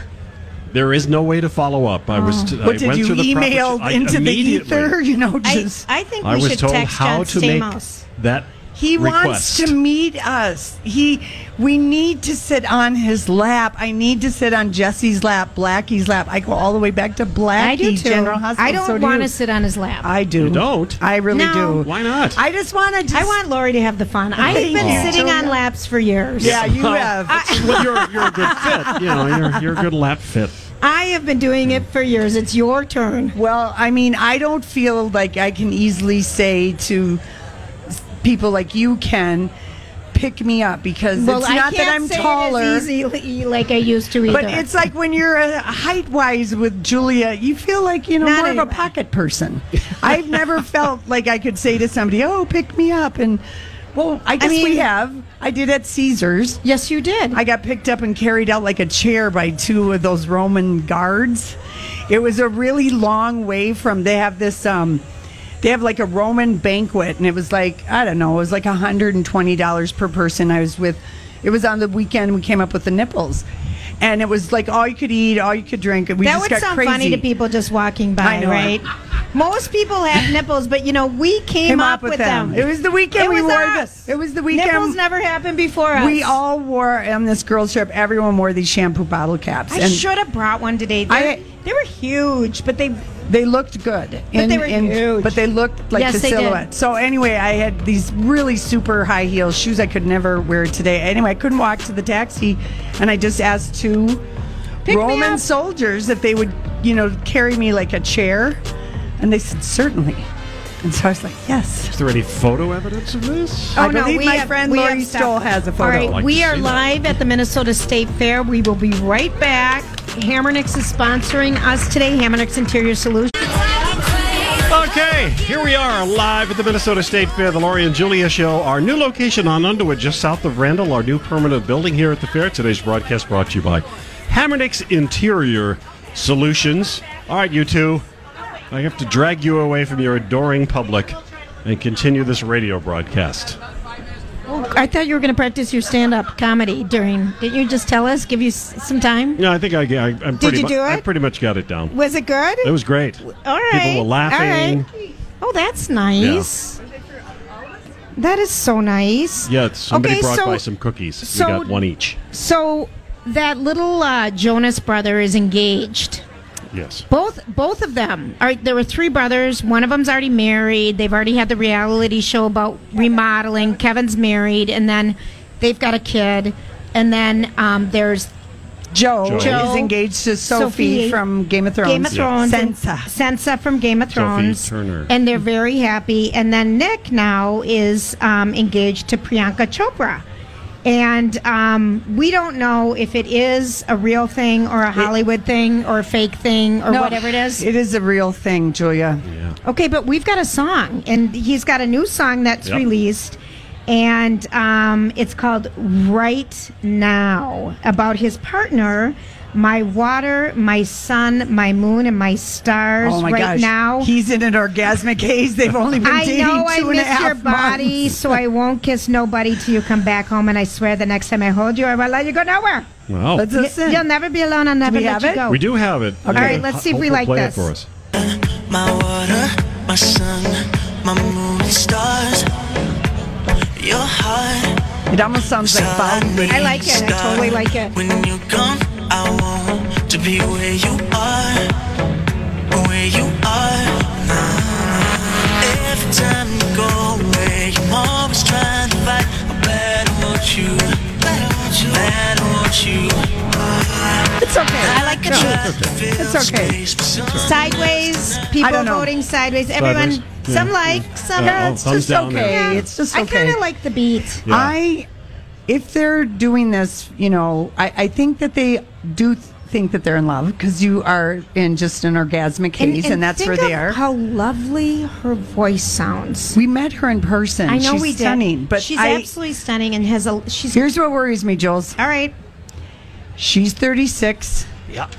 Speaker 1: There is no way to follow up. I was. T- I
Speaker 2: What Oh. did
Speaker 1: went
Speaker 2: you
Speaker 1: through the proper-
Speaker 2: email
Speaker 1: I-
Speaker 2: into the
Speaker 1: immediately.
Speaker 2: ether? You know,
Speaker 3: I,
Speaker 2: just
Speaker 3: I think we
Speaker 1: I was
Speaker 3: should
Speaker 1: told
Speaker 3: text
Speaker 1: how
Speaker 3: John
Speaker 1: to
Speaker 3: Stamos.
Speaker 1: make that.
Speaker 2: he wants
Speaker 1: request.
Speaker 2: to meet us. He, we need to sit on his lap. I need to sit on Jesse's lap, Blackie's lap. I go all the way back to Blackie
Speaker 3: I do too.
Speaker 2: General Hospital.
Speaker 3: I don't
Speaker 2: so do
Speaker 3: want
Speaker 2: you.
Speaker 3: to sit on his lap. I,
Speaker 2: I do.
Speaker 1: You don't?
Speaker 2: I really
Speaker 3: No.
Speaker 2: do.
Speaker 1: Why not?
Speaker 2: I just want to. Just,
Speaker 3: want Lori to have the fun. I've been
Speaker 2: Thank you.
Speaker 3: sitting on laps for years.
Speaker 2: Yeah, you have.
Speaker 1: well, you're, you're a good fit. You know, you're, you're a good lap fit.
Speaker 3: I have been doing it for years. It's your turn.
Speaker 2: Well, I mean, I don't feel like I can easily say to s- people like you can pick me up because
Speaker 3: Well,
Speaker 2: it's
Speaker 3: I
Speaker 2: not
Speaker 3: can't
Speaker 2: that I'm
Speaker 3: say
Speaker 2: taller.
Speaker 3: it as easily like I used to either.
Speaker 2: But it's like when you're uh, height wise with Julia, you feel like, you know,
Speaker 3: Not
Speaker 2: more of a
Speaker 3: anyway.
Speaker 2: pocket person. I've never felt like I could say to somebody, oh, pick me up. And, well, I guess we
Speaker 3: mean-
Speaker 2: have. I did at Caesars.
Speaker 3: yes, you did.
Speaker 2: I got picked up and carried out like a chair by two of those Roman guards. It was a really long way from they have this um they have like a Roman banquet and it was like I don't know, it was like $120 per person I was with. It was on the weekend we came up with the nipples. And it was like all you could eat, all you could drink. We
Speaker 3: that
Speaker 2: just
Speaker 3: would
Speaker 2: got
Speaker 3: sound
Speaker 2: crazy.
Speaker 3: funny to people just walking by,
Speaker 2: I know.
Speaker 3: right? Most people have nipples, but you know we came,
Speaker 2: Came up with them. It was the weekend
Speaker 3: It
Speaker 2: we
Speaker 3: was
Speaker 2: wore
Speaker 3: us.
Speaker 2: the- it was the weekend-
Speaker 3: Nipples never happened before us.
Speaker 2: We all wore on this girls trip. Everyone wore these shampoo bottle caps,
Speaker 3: I
Speaker 2: and
Speaker 3: should have brought one today. They,
Speaker 2: I-
Speaker 3: they were huge, but they
Speaker 2: They looked good. But
Speaker 3: they were huge.
Speaker 2: But they looked like
Speaker 3: Yes,
Speaker 2: the
Speaker 3: they did.
Speaker 2: silhouette. So anyway, I had these really super high heel shoes I could never wear today. Anyway, I couldn't walk to the taxi, and I just asked two
Speaker 3: Pick me
Speaker 2: Roman
Speaker 3: up.
Speaker 2: soldiers if they would, you know, carry me like a chair, and they said certainly. And so I was like, yes.
Speaker 1: Is there any photo evidence of this?
Speaker 3: Oh
Speaker 2: I
Speaker 3: no,
Speaker 2: believe
Speaker 3: we
Speaker 2: my
Speaker 3: have-
Speaker 2: friend
Speaker 3: we
Speaker 2: Lori
Speaker 3: have stuff.
Speaker 2: Stoll has a photo.
Speaker 3: All right,
Speaker 1: I'd like
Speaker 3: we
Speaker 1: to
Speaker 3: are
Speaker 1: see that.
Speaker 3: live at the Minnesota State Fair. We will be right back. Hammernix is sponsoring us today. Hammernix Interior Solutions.
Speaker 1: Okay, here we are live at the Minnesota State Fair, the Laurie and Julia Show. Our new location on Underwood, just south of Randall, our new permanent building here at the fair. Today's broadcast brought to you by Hammernix Interior Solutions. All right, you two, I have to drag you away from your adoring public and continue this radio broadcast.
Speaker 3: I thought you were going to practice your stand-up comedy during. Didn't you just tell us? Give you s- some time.
Speaker 1: Yeah, I think I, I I'm pretty
Speaker 3: you
Speaker 1: mu-
Speaker 3: do
Speaker 1: I
Speaker 3: it?
Speaker 1: pretty much got it down.
Speaker 3: Was it good?
Speaker 1: It was great.
Speaker 3: All right.
Speaker 1: People were laughing.
Speaker 3: All right. Oh, that's nice. That is so nice.
Speaker 1: Yeah, somebody
Speaker 3: Okay,
Speaker 1: brought
Speaker 3: so-
Speaker 1: by some cookies.
Speaker 3: so-
Speaker 1: we got one each.
Speaker 3: So that little uh, Jonas brother is engaged.
Speaker 1: Yes.
Speaker 3: Both both of them. All right, there were three brothers. One of them's already married. They've already had the reality show about remodeling. Kevin's married, and then they've got a kid. And then um, there's
Speaker 2: Joe,
Speaker 1: Joe.
Speaker 2: is engaged to Sophie,
Speaker 3: Sophie.
Speaker 2: from Game of Thrones.
Speaker 3: Game of Thrones. and-
Speaker 2: Sansa.
Speaker 3: Sansa from Game of Thrones.
Speaker 1: Turner.
Speaker 3: And they're very happy. And then Nick now is um, engaged to Priyanka Chopra. And um, we don't know if it is a real thing or a Hollywood thing or a fake thing or
Speaker 2: No,
Speaker 3: whatever it is.
Speaker 2: It is a real thing, Julia.
Speaker 3: Okay, but we've got a song, and he's got a new song that's
Speaker 1: Yep.
Speaker 3: released, and um, it's called Right Now about his partner, my water, my sun, my moon, and my stars.
Speaker 2: Oh my
Speaker 3: right
Speaker 2: gosh.
Speaker 3: now,
Speaker 2: He's in an orgasmic haze. They've only been
Speaker 3: I
Speaker 2: dating
Speaker 3: know I
Speaker 2: two and a
Speaker 3: miss
Speaker 2: half
Speaker 3: your body,
Speaker 2: months.
Speaker 3: so I won't kiss nobody till you come back home. And I swear, the next time I hold you, I won't let you go nowhere.
Speaker 1: Wow.
Speaker 2: Let's listen.
Speaker 3: You'll never be alone. I'll never
Speaker 2: we
Speaker 3: let
Speaker 2: have
Speaker 3: you
Speaker 2: it?
Speaker 3: go.
Speaker 1: We do have it.
Speaker 3: Oh. All right, let's see if we
Speaker 1: Hope will play
Speaker 3: like this.
Speaker 1: It for us.
Speaker 5: My water, my sun, my moon, and stars. your heart.
Speaker 2: It almost sounds like Bob.
Speaker 5: I
Speaker 3: like it. I totally like it.
Speaker 5: When you come, I want to be where you are, where you are. now. Every time you go away, I'm always trying to fight. I better want you, better want you, better want you.
Speaker 2: It's okay.
Speaker 3: I like the truth.
Speaker 2: It's okay.
Speaker 3: Sideways, people
Speaker 2: don't know. Uh,
Speaker 3: voting sideways. Everyone,
Speaker 1: Sideways, yeah.
Speaker 3: some like, some
Speaker 1: Yeah,
Speaker 2: It's
Speaker 1: oh, thumbs
Speaker 2: just
Speaker 1: down
Speaker 2: okay.
Speaker 1: there.
Speaker 2: It's just
Speaker 3: I
Speaker 2: okay.
Speaker 3: kind of like the beat.
Speaker 1: Yeah.
Speaker 2: I, if they're doing this, you know, I, I think that they do th- think that they're in love because you are in just an orgasmic haze, and, that's
Speaker 3: think
Speaker 2: where they
Speaker 3: of
Speaker 2: are.
Speaker 3: How lovely her voice sounds.
Speaker 2: we met her in person.
Speaker 3: I know
Speaker 2: she's
Speaker 3: we did.
Speaker 2: stunning, but
Speaker 3: she's
Speaker 2: I-
Speaker 3: absolutely stunning and has a. She's
Speaker 2: Here's what worries me, Jules.
Speaker 3: all right.
Speaker 2: She's 36. Yep.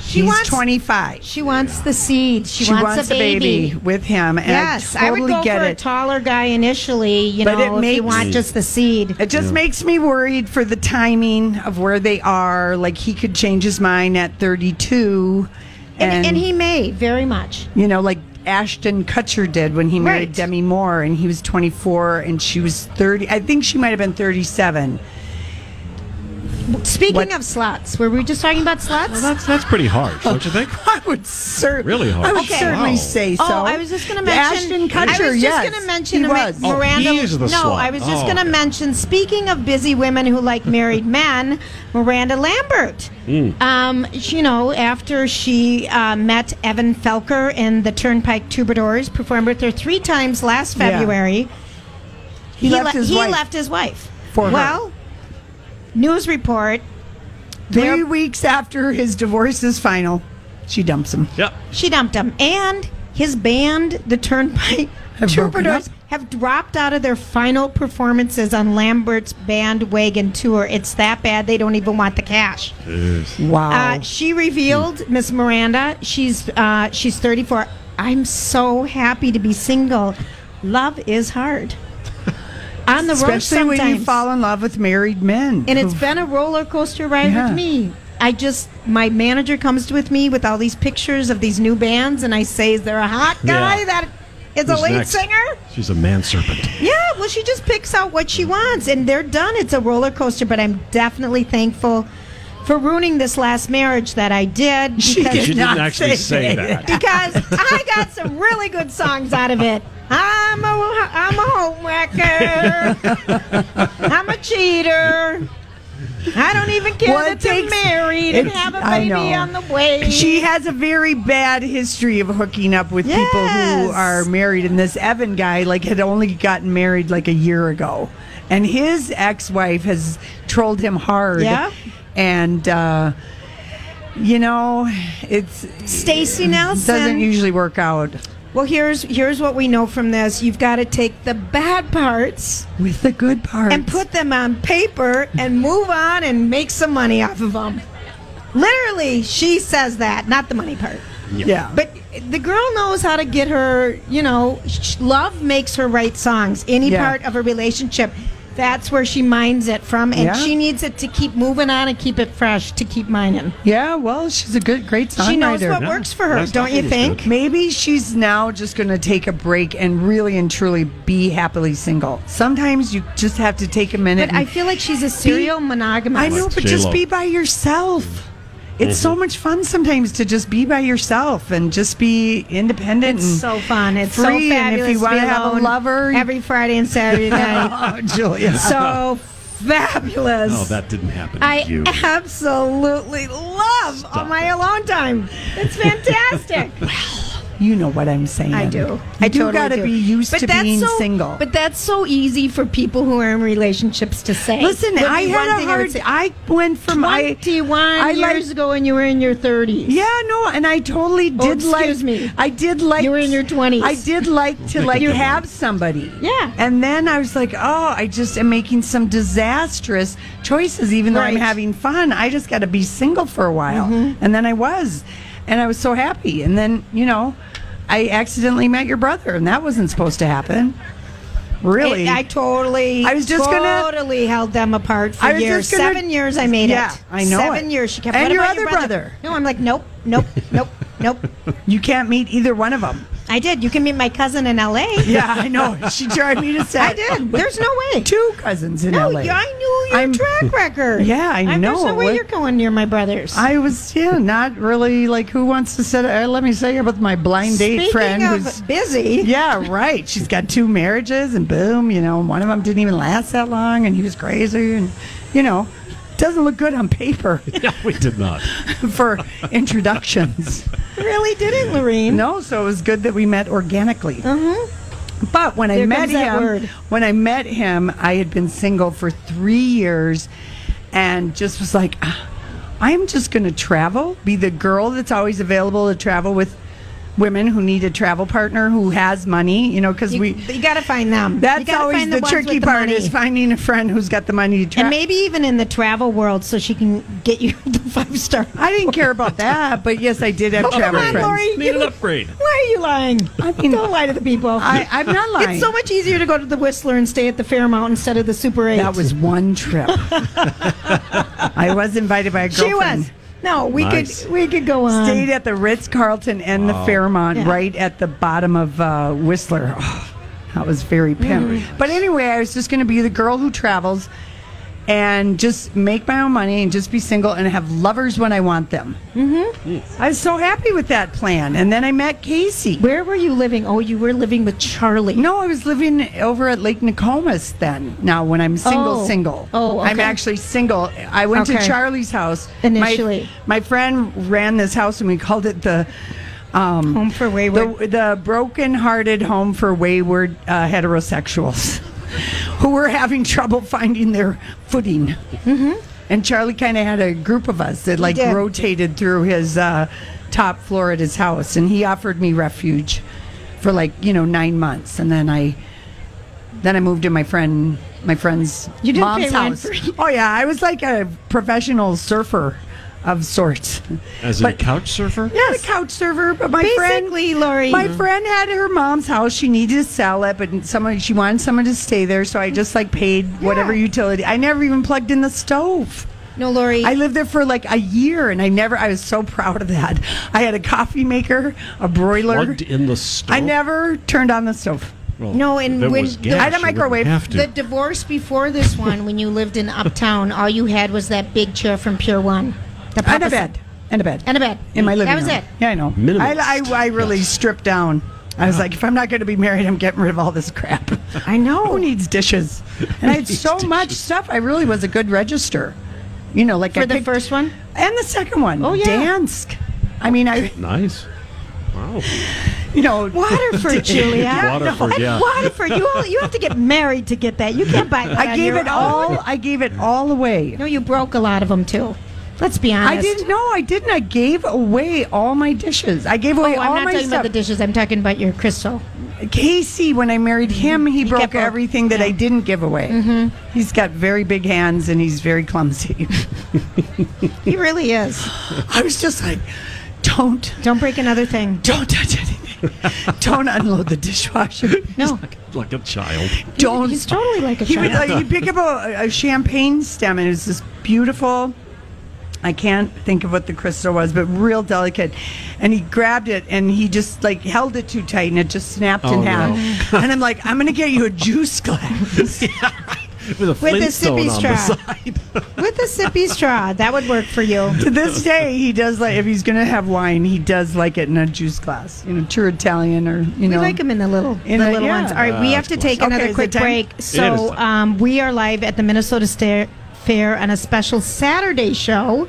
Speaker 2: She He's
Speaker 3: wants-
Speaker 2: 25.
Speaker 3: She wants the seed. She,
Speaker 2: She wants, a baby, with him, and
Speaker 3: Yes,
Speaker 2: I
Speaker 3: I,
Speaker 2: totally
Speaker 3: would go
Speaker 2: get
Speaker 3: for
Speaker 2: it.
Speaker 3: a taller guy initially. You
Speaker 2: But
Speaker 3: know,
Speaker 2: it
Speaker 3: if
Speaker 2: makes-
Speaker 3: you want just the seed.
Speaker 2: It just makes me worried for the timing of where they are. Like he could change his mind at 32, and,
Speaker 3: and, and he may very much.
Speaker 2: you know, like Ashton Kutcher did when he married
Speaker 3: Right.
Speaker 2: Demi Moore, and he was 24 and she was 30. I think she might have been 37.
Speaker 3: Speaking
Speaker 2: What-
Speaker 3: of sluts, were we just talking about sluts?
Speaker 1: That's that's pretty harsh,
Speaker 3: Oh.
Speaker 1: don't you think?
Speaker 2: I would certainly,
Speaker 1: Really hard.
Speaker 2: I would
Speaker 3: Okay.
Speaker 2: certainly
Speaker 1: Wow.
Speaker 2: say so.
Speaker 3: Oh, I was just going to mention
Speaker 2: Ashton Kutcher.
Speaker 3: I was just
Speaker 2: yes,
Speaker 3: going to mention
Speaker 2: he
Speaker 3: Ma-
Speaker 2: was.
Speaker 1: Oh,
Speaker 3: Miranda.
Speaker 1: he is the
Speaker 3: no,
Speaker 1: slut.
Speaker 3: I was
Speaker 1: Oh,
Speaker 3: just going to
Speaker 1: okay.
Speaker 3: mention. Speaking of busy women who like married men, Miranda Lambert.
Speaker 1: Hmm.
Speaker 3: Um, she- you know, after she uh, met Evan Felker in the Turnpike Troubadours, performed with her three times last
Speaker 2: Yeah.
Speaker 3: February.
Speaker 2: He left his
Speaker 3: he
Speaker 2: wife
Speaker 3: left his wife.
Speaker 2: for her.
Speaker 3: well, news report.
Speaker 2: Three weeks after his divorce is final, she dumps him.
Speaker 1: Yep.
Speaker 3: She dumped him. And his band, the Turnpike
Speaker 2: Have broken
Speaker 3: Troubadours,
Speaker 2: up?
Speaker 3: have dropped out of their final performances on Lambert's bandwagon tour. It's that bad they don't even want the cash.
Speaker 2: Wow. Hmm.
Speaker 3: Uh, she revealed, Miss Miranda, she's uh, she's 34. I'm so happy to be single. Love is hard. On the road
Speaker 2: Especially
Speaker 3: sometimes.
Speaker 2: when you fall in love with married men.
Speaker 3: And it's been a roller coaster ride
Speaker 2: Yeah.
Speaker 3: with me. I just my manager comes with me with all these pictures of these new bands, and I say, "Is there a hot guy
Speaker 1: Yeah.
Speaker 3: that is a
Speaker 1: Who's
Speaker 3: lead
Speaker 1: next?
Speaker 3: singer?"
Speaker 1: She's a man serpent.
Speaker 3: Yeah. Well, she just picks out what she wants, and they're done. It's a roller coaster, but I'm definitely thankful for ruining this last marriage that I did.
Speaker 2: She
Speaker 3: because-
Speaker 2: did
Speaker 1: She
Speaker 2: not
Speaker 1: didn't actually
Speaker 2: say
Speaker 1: say that.
Speaker 3: because I got some really good songs out of it. I'm a I'm a homewrecker. I'm a cheater. I don't even care
Speaker 2: Well,
Speaker 3: that
Speaker 2: it
Speaker 3: they're
Speaker 2: takes-
Speaker 3: married and
Speaker 2: it's-
Speaker 3: have a
Speaker 2: I
Speaker 3: baby
Speaker 2: know.
Speaker 3: on the way.
Speaker 2: she has a very bad history of hooking up with people
Speaker 3: Yes.
Speaker 2: who are married. And this Evan guy, like, had only gotten married like a year ago, and his ex-wife has trolled him hard.
Speaker 3: Yeah.
Speaker 2: and. uh you know, it's
Speaker 3: Stacy Nelson.
Speaker 2: doesn't usually work out
Speaker 3: well, here's here's what we know from this. You've got to take the bad parts
Speaker 2: with the good parts.
Speaker 3: and put them on paper and move on and make some money off of them. Literally, she says that, not the money part.
Speaker 2: yeah,
Speaker 3: But the girl knows how to get her, you know, sh- love makes her write songs. Any
Speaker 2: Yeah.
Speaker 3: part of a relationship, that's where she mines it from. And
Speaker 2: Yeah.
Speaker 3: she needs it to keep moving on and keep it fresh to keep mining.
Speaker 2: yeah. Well, she's a good, great songwriter.
Speaker 3: She knows what works for her,
Speaker 1: Last
Speaker 3: don't you
Speaker 1: album was
Speaker 3: think?
Speaker 2: Maybe she's now just going to take a break and really and truly be happily single. Sometimes you just have to take a minute.
Speaker 3: But I
Speaker 2: and-
Speaker 3: feel like she's a serial monogamous.
Speaker 2: I know, but
Speaker 1: J-Lo.
Speaker 2: just be by yourself. It's so much fun sometimes to just be by yourself and just be independent.
Speaker 3: It's
Speaker 2: and
Speaker 3: so fun. It's
Speaker 2: free,
Speaker 3: so
Speaker 2: and if
Speaker 3: fabulous.
Speaker 2: you
Speaker 3: want to be
Speaker 2: have a
Speaker 3: alone
Speaker 2: lover,
Speaker 3: every Friday and Saturday night.
Speaker 2: oh, Julia.
Speaker 3: so fabulous.
Speaker 1: Oh, that didn't happen to
Speaker 3: I
Speaker 1: you.
Speaker 3: absolutely love all my
Speaker 1: it.
Speaker 3: alone time. It's fantastic.
Speaker 2: you know what I'm saying.
Speaker 3: I do.
Speaker 2: You
Speaker 3: I
Speaker 2: do
Speaker 3: totally
Speaker 2: gotta
Speaker 3: do.
Speaker 2: be used
Speaker 3: But
Speaker 2: to
Speaker 3: that's
Speaker 2: being
Speaker 3: so-
Speaker 2: single.
Speaker 3: But that's so easy for people who are in relationships to say.
Speaker 2: Listen,
Speaker 3: Would be
Speaker 2: I
Speaker 3: one
Speaker 2: had a
Speaker 3: thing I would
Speaker 2: hard.
Speaker 3: say.
Speaker 2: I went from I
Speaker 3: 21
Speaker 2: I like-
Speaker 3: years ago when you were in your 30s.
Speaker 2: Yeah, no, and I totally did
Speaker 3: Oh,
Speaker 2: like.
Speaker 3: excuse me.
Speaker 2: I did like.
Speaker 3: You were in your 20s.
Speaker 2: I did like to like have somebody.
Speaker 3: Yeah.
Speaker 2: And then I was like, oh, I just am making some disastrous choices, even though I'm
Speaker 3: Right. Mm-hmm.
Speaker 2: having fun. I just got to be single for a while, and then I was, and I was so happy. And then you know, I accidentally met your brother, and that wasn't supposed to happen. Really,
Speaker 3: It- I totally.
Speaker 2: I was just gonna-
Speaker 3: totally held them apart for
Speaker 2: I was
Speaker 3: years.
Speaker 2: just gonna-
Speaker 3: Seven years, I made
Speaker 2: Yeah,
Speaker 3: it.
Speaker 2: I know
Speaker 3: Seven
Speaker 2: it.
Speaker 3: years, she kept.
Speaker 2: And
Speaker 3: "What
Speaker 2: your
Speaker 3: about
Speaker 2: other brother?"
Speaker 3: No, I'm like, nope, nope, nope, nope.
Speaker 2: you can't meet either one of them.
Speaker 3: I did. You can meet my cousin in L.A.
Speaker 2: Yeah, I know. She tried me to say.
Speaker 3: I did. There's no way.
Speaker 2: Two cousins in
Speaker 3: No,
Speaker 2: LA.
Speaker 3: I knew your
Speaker 2: I'm-
Speaker 3: track record.
Speaker 2: Yeah, I
Speaker 3: There's
Speaker 2: know.
Speaker 3: no way
Speaker 2: What-
Speaker 3: you're going near my brothers.
Speaker 2: I was yeah, not really like who wants to sit. Uh, let me say about my blind date
Speaker 3: Speaking
Speaker 2: friend
Speaker 3: of
Speaker 2: who's
Speaker 3: busy.
Speaker 2: yeah, right. She's got two marriages, and boom, you know, one of them didn't even last that long, and he was crazy, and you know, doesn't look good on paper
Speaker 1: No, we did not.
Speaker 2: for introductions.
Speaker 3: really didn't, Lorene.
Speaker 2: No, so it was good that we met organically. Mm-hmm. But when I
Speaker 3: There
Speaker 2: met
Speaker 3: comes that
Speaker 2: him,
Speaker 3: word.
Speaker 2: when I met him, I had been single for three years, and just was like, "Ah, I'm just going to travel, be the girl that's always available to travel with women who need a travel partner who has money, you know, because
Speaker 3: You,
Speaker 2: we.
Speaker 3: you got to find them. You
Speaker 2: That's
Speaker 3: gotta
Speaker 2: always
Speaker 3: find
Speaker 2: the,
Speaker 3: ones
Speaker 2: tricky
Speaker 3: with the
Speaker 2: part
Speaker 3: money.
Speaker 2: is finding a friend who's got the money to travel.
Speaker 3: and maybe even in the travel world, so she can get you the five star.
Speaker 2: I didn't care about that, but yes, I did have travel
Speaker 3: on,
Speaker 2: friends.
Speaker 3: Lori.
Speaker 1: Need an upgrade.
Speaker 3: Why are you lying?
Speaker 2: I mean-
Speaker 3: don't lie to the people.
Speaker 2: I, I'm not lying.
Speaker 3: it's so much easier to go to the Whistler and stay at the Fairmount instead of the Super Eight.
Speaker 2: That was one trip. I was invited by a
Speaker 3: she
Speaker 2: girlfriend.
Speaker 3: was. No, we
Speaker 1: Nice.
Speaker 3: could we could go on.
Speaker 2: Stayed at the Ritz Carlton and the Fairmont,
Speaker 3: Yeah.
Speaker 2: right at the bottom of uh, Whistler. Oh, that was very pimp.
Speaker 3: Mm.
Speaker 2: But anyway, I was just going to be the girl who travels and just make my own money and just be single and have lovers when I want them. Mm-hmm. I was so happy with that plan. And then I met Casey.
Speaker 3: Where were you living? Oh, you were living with Charlie.
Speaker 2: No, I was living over at Lake Nokomis then. Now, when I'm single,
Speaker 3: Oh.
Speaker 2: single.
Speaker 3: Oh,
Speaker 2: I'm
Speaker 3: okay.
Speaker 2: actually single. I went
Speaker 3: Okay.
Speaker 2: to Charlie's house
Speaker 3: Initially.
Speaker 2: My, my friend ran this house, and we called it the um,
Speaker 3: Home for wayward-
Speaker 2: the, the broken-hearted home for wayward uh, heterosexuals who were having trouble finding their footing. Mm-hmm. And Charlie kind of had a group of us that like
Speaker 3: did.
Speaker 2: rotated through his uh, top floor at his house, and he offered me refuge for like you know nine months, and then I then I moved to my friend my friend's
Speaker 3: You didn't
Speaker 2: mom's
Speaker 3: pay
Speaker 2: house.
Speaker 3: rent for-
Speaker 2: Oh yeah, I was like a professional surfer of sorts.
Speaker 1: As in a couch surfer?
Speaker 2: Yes. Not a couch server, but my
Speaker 3: Basically,
Speaker 2: friend,
Speaker 3: Lori.
Speaker 2: My friend had her mom's house. She needed to sell it, but someone she wanted someone to stay there. So I just like paid whatever utility. I never even plugged in the stove.
Speaker 3: Mm-hmm. no, Lori.
Speaker 2: I lived there for like a year, and I never. I was so proud of that. I had a coffee maker, a broiler.
Speaker 1: Plugged in the stove.
Speaker 2: I never turned on the stove.
Speaker 1: Well,
Speaker 3: No, and
Speaker 1: if it
Speaker 3: when-
Speaker 1: was gas,
Speaker 2: I had a
Speaker 1: you wouldn't
Speaker 2: microwave.
Speaker 1: Have to.
Speaker 3: the divorce before this one, when you lived in Uptown, all you had was that big chair from Pier One. The
Speaker 2: And a
Speaker 3: Papa's-
Speaker 2: bed. And a bed.
Speaker 3: And a bed.
Speaker 2: In my living
Speaker 3: That was
Speaker 2: room.
Speaker 3: it.
Speaker 2: Yeah, I know.
Speaker 1: Minimalist.
Speaker 2: I, I, I really stripped down. I was like, if I'm not going to be married, I'm getting rid of all this crap.
Speaker 3: I know.
Speaker 2: Who needs dishes? And I had
Speaker 1: needs
Speaker 2: so much
Speaker 1: dishes?
Speaker 2: stuff. I really was a good register. You know, like I
Speaker 3: For the
Speaker 2: picked-
Speaker 3: first one?
Speaker 2: and the second one.
Speaker 3: Oh, yeah.
Speaker 2: Dansk. I mean, I
Speaker 1: nice. Wow.
Speaker 2: you know
Speaker 3: Waterford, Julia.
Speaker 1: Waterford, yeah.
Speaker 3: Waterford, you all, you have to get married to get that. You can't buy. That
Speaker 2: I
Speaker 3: on
Speaker 2: gave
Speaker 3: your
Speaker 2: it all. I gave it all away.
Speaker 3: No, you broke a lot of them too. Let's be honest.
Speaker 2: I didn't. No, I didn't. I gave away all my dishes. I gave
Speaker 3: Oh,
Speaker 2: away
Speaker 3: I'm
Speaker 2: all
Speaker 3: not
Speaker 2: my
Speaker 3: talking
Speaker 2: stuff.
Speaker 3: about the dishes. I'm talking about your crystal.
Speaker 2: Casey, when I married him, he,
Speaker 3: Mm-hmm. kept Mm-hmm.
Speaker 2: broke
Speaker 3: all-
Speaker 2: everything that I didn't give away. He's got very big hands and he's very clumsy.
Speaker 3: He really is.
Speaker 2: I was just like, don't,
Speaker 3: Don't break another thing.
Speaker 2: don't touch anything. don't unload the dishwasher.
Speaker 3: No,
Speaker 1: Like a child.
Speaker 2: Don't.
Speaker 3: he's totally like a
Speaker 2: he would
Speaker 3: child.
Speaker 2: like he'd pick up a, a champagne stem and it was this beautiful I can't think of what the crystal was, but real delicate. And he grabbed it and he just like held it too tight and it just snapped
Speaker 1: Oh,
Speaker 2: in half. And I'm like, I'm gonna get you a juice glass.
Speaker 1: With a
Speaker 3: With a
Speaker 1: Flintstone
Speaker 3: sippy
Speaker 1: on the
Speaker 3: straw.
Speaker 1: side.
Speaker 3: With a sippy straw, that would work for you.
Speaker 2: to this day, he does like if he's gonna have wine, he does like it in a juice glass, you know, true Italian or you
Speaker 3: We
Speaker 2: know,
Speaker 3: like them in the little,
Speaker 2: In
Speaker 3: the
Speaker 2: the-
Speaker 3: little
Speaker 2: yeah.
Speaker 3: ones. All right, we have to take
Speaker 2: close.
Speaker 3: another
Speaker 2: Okay, is
Speaker 3: quick
Speaker 2: it time?
Speaker 3: break.
Speaker 1: Ah, It is
Speaker 3: So
Speaker 1: time.
Speaker 3: um, we are live at the Minnesota Sta Fair on a special Saturday show.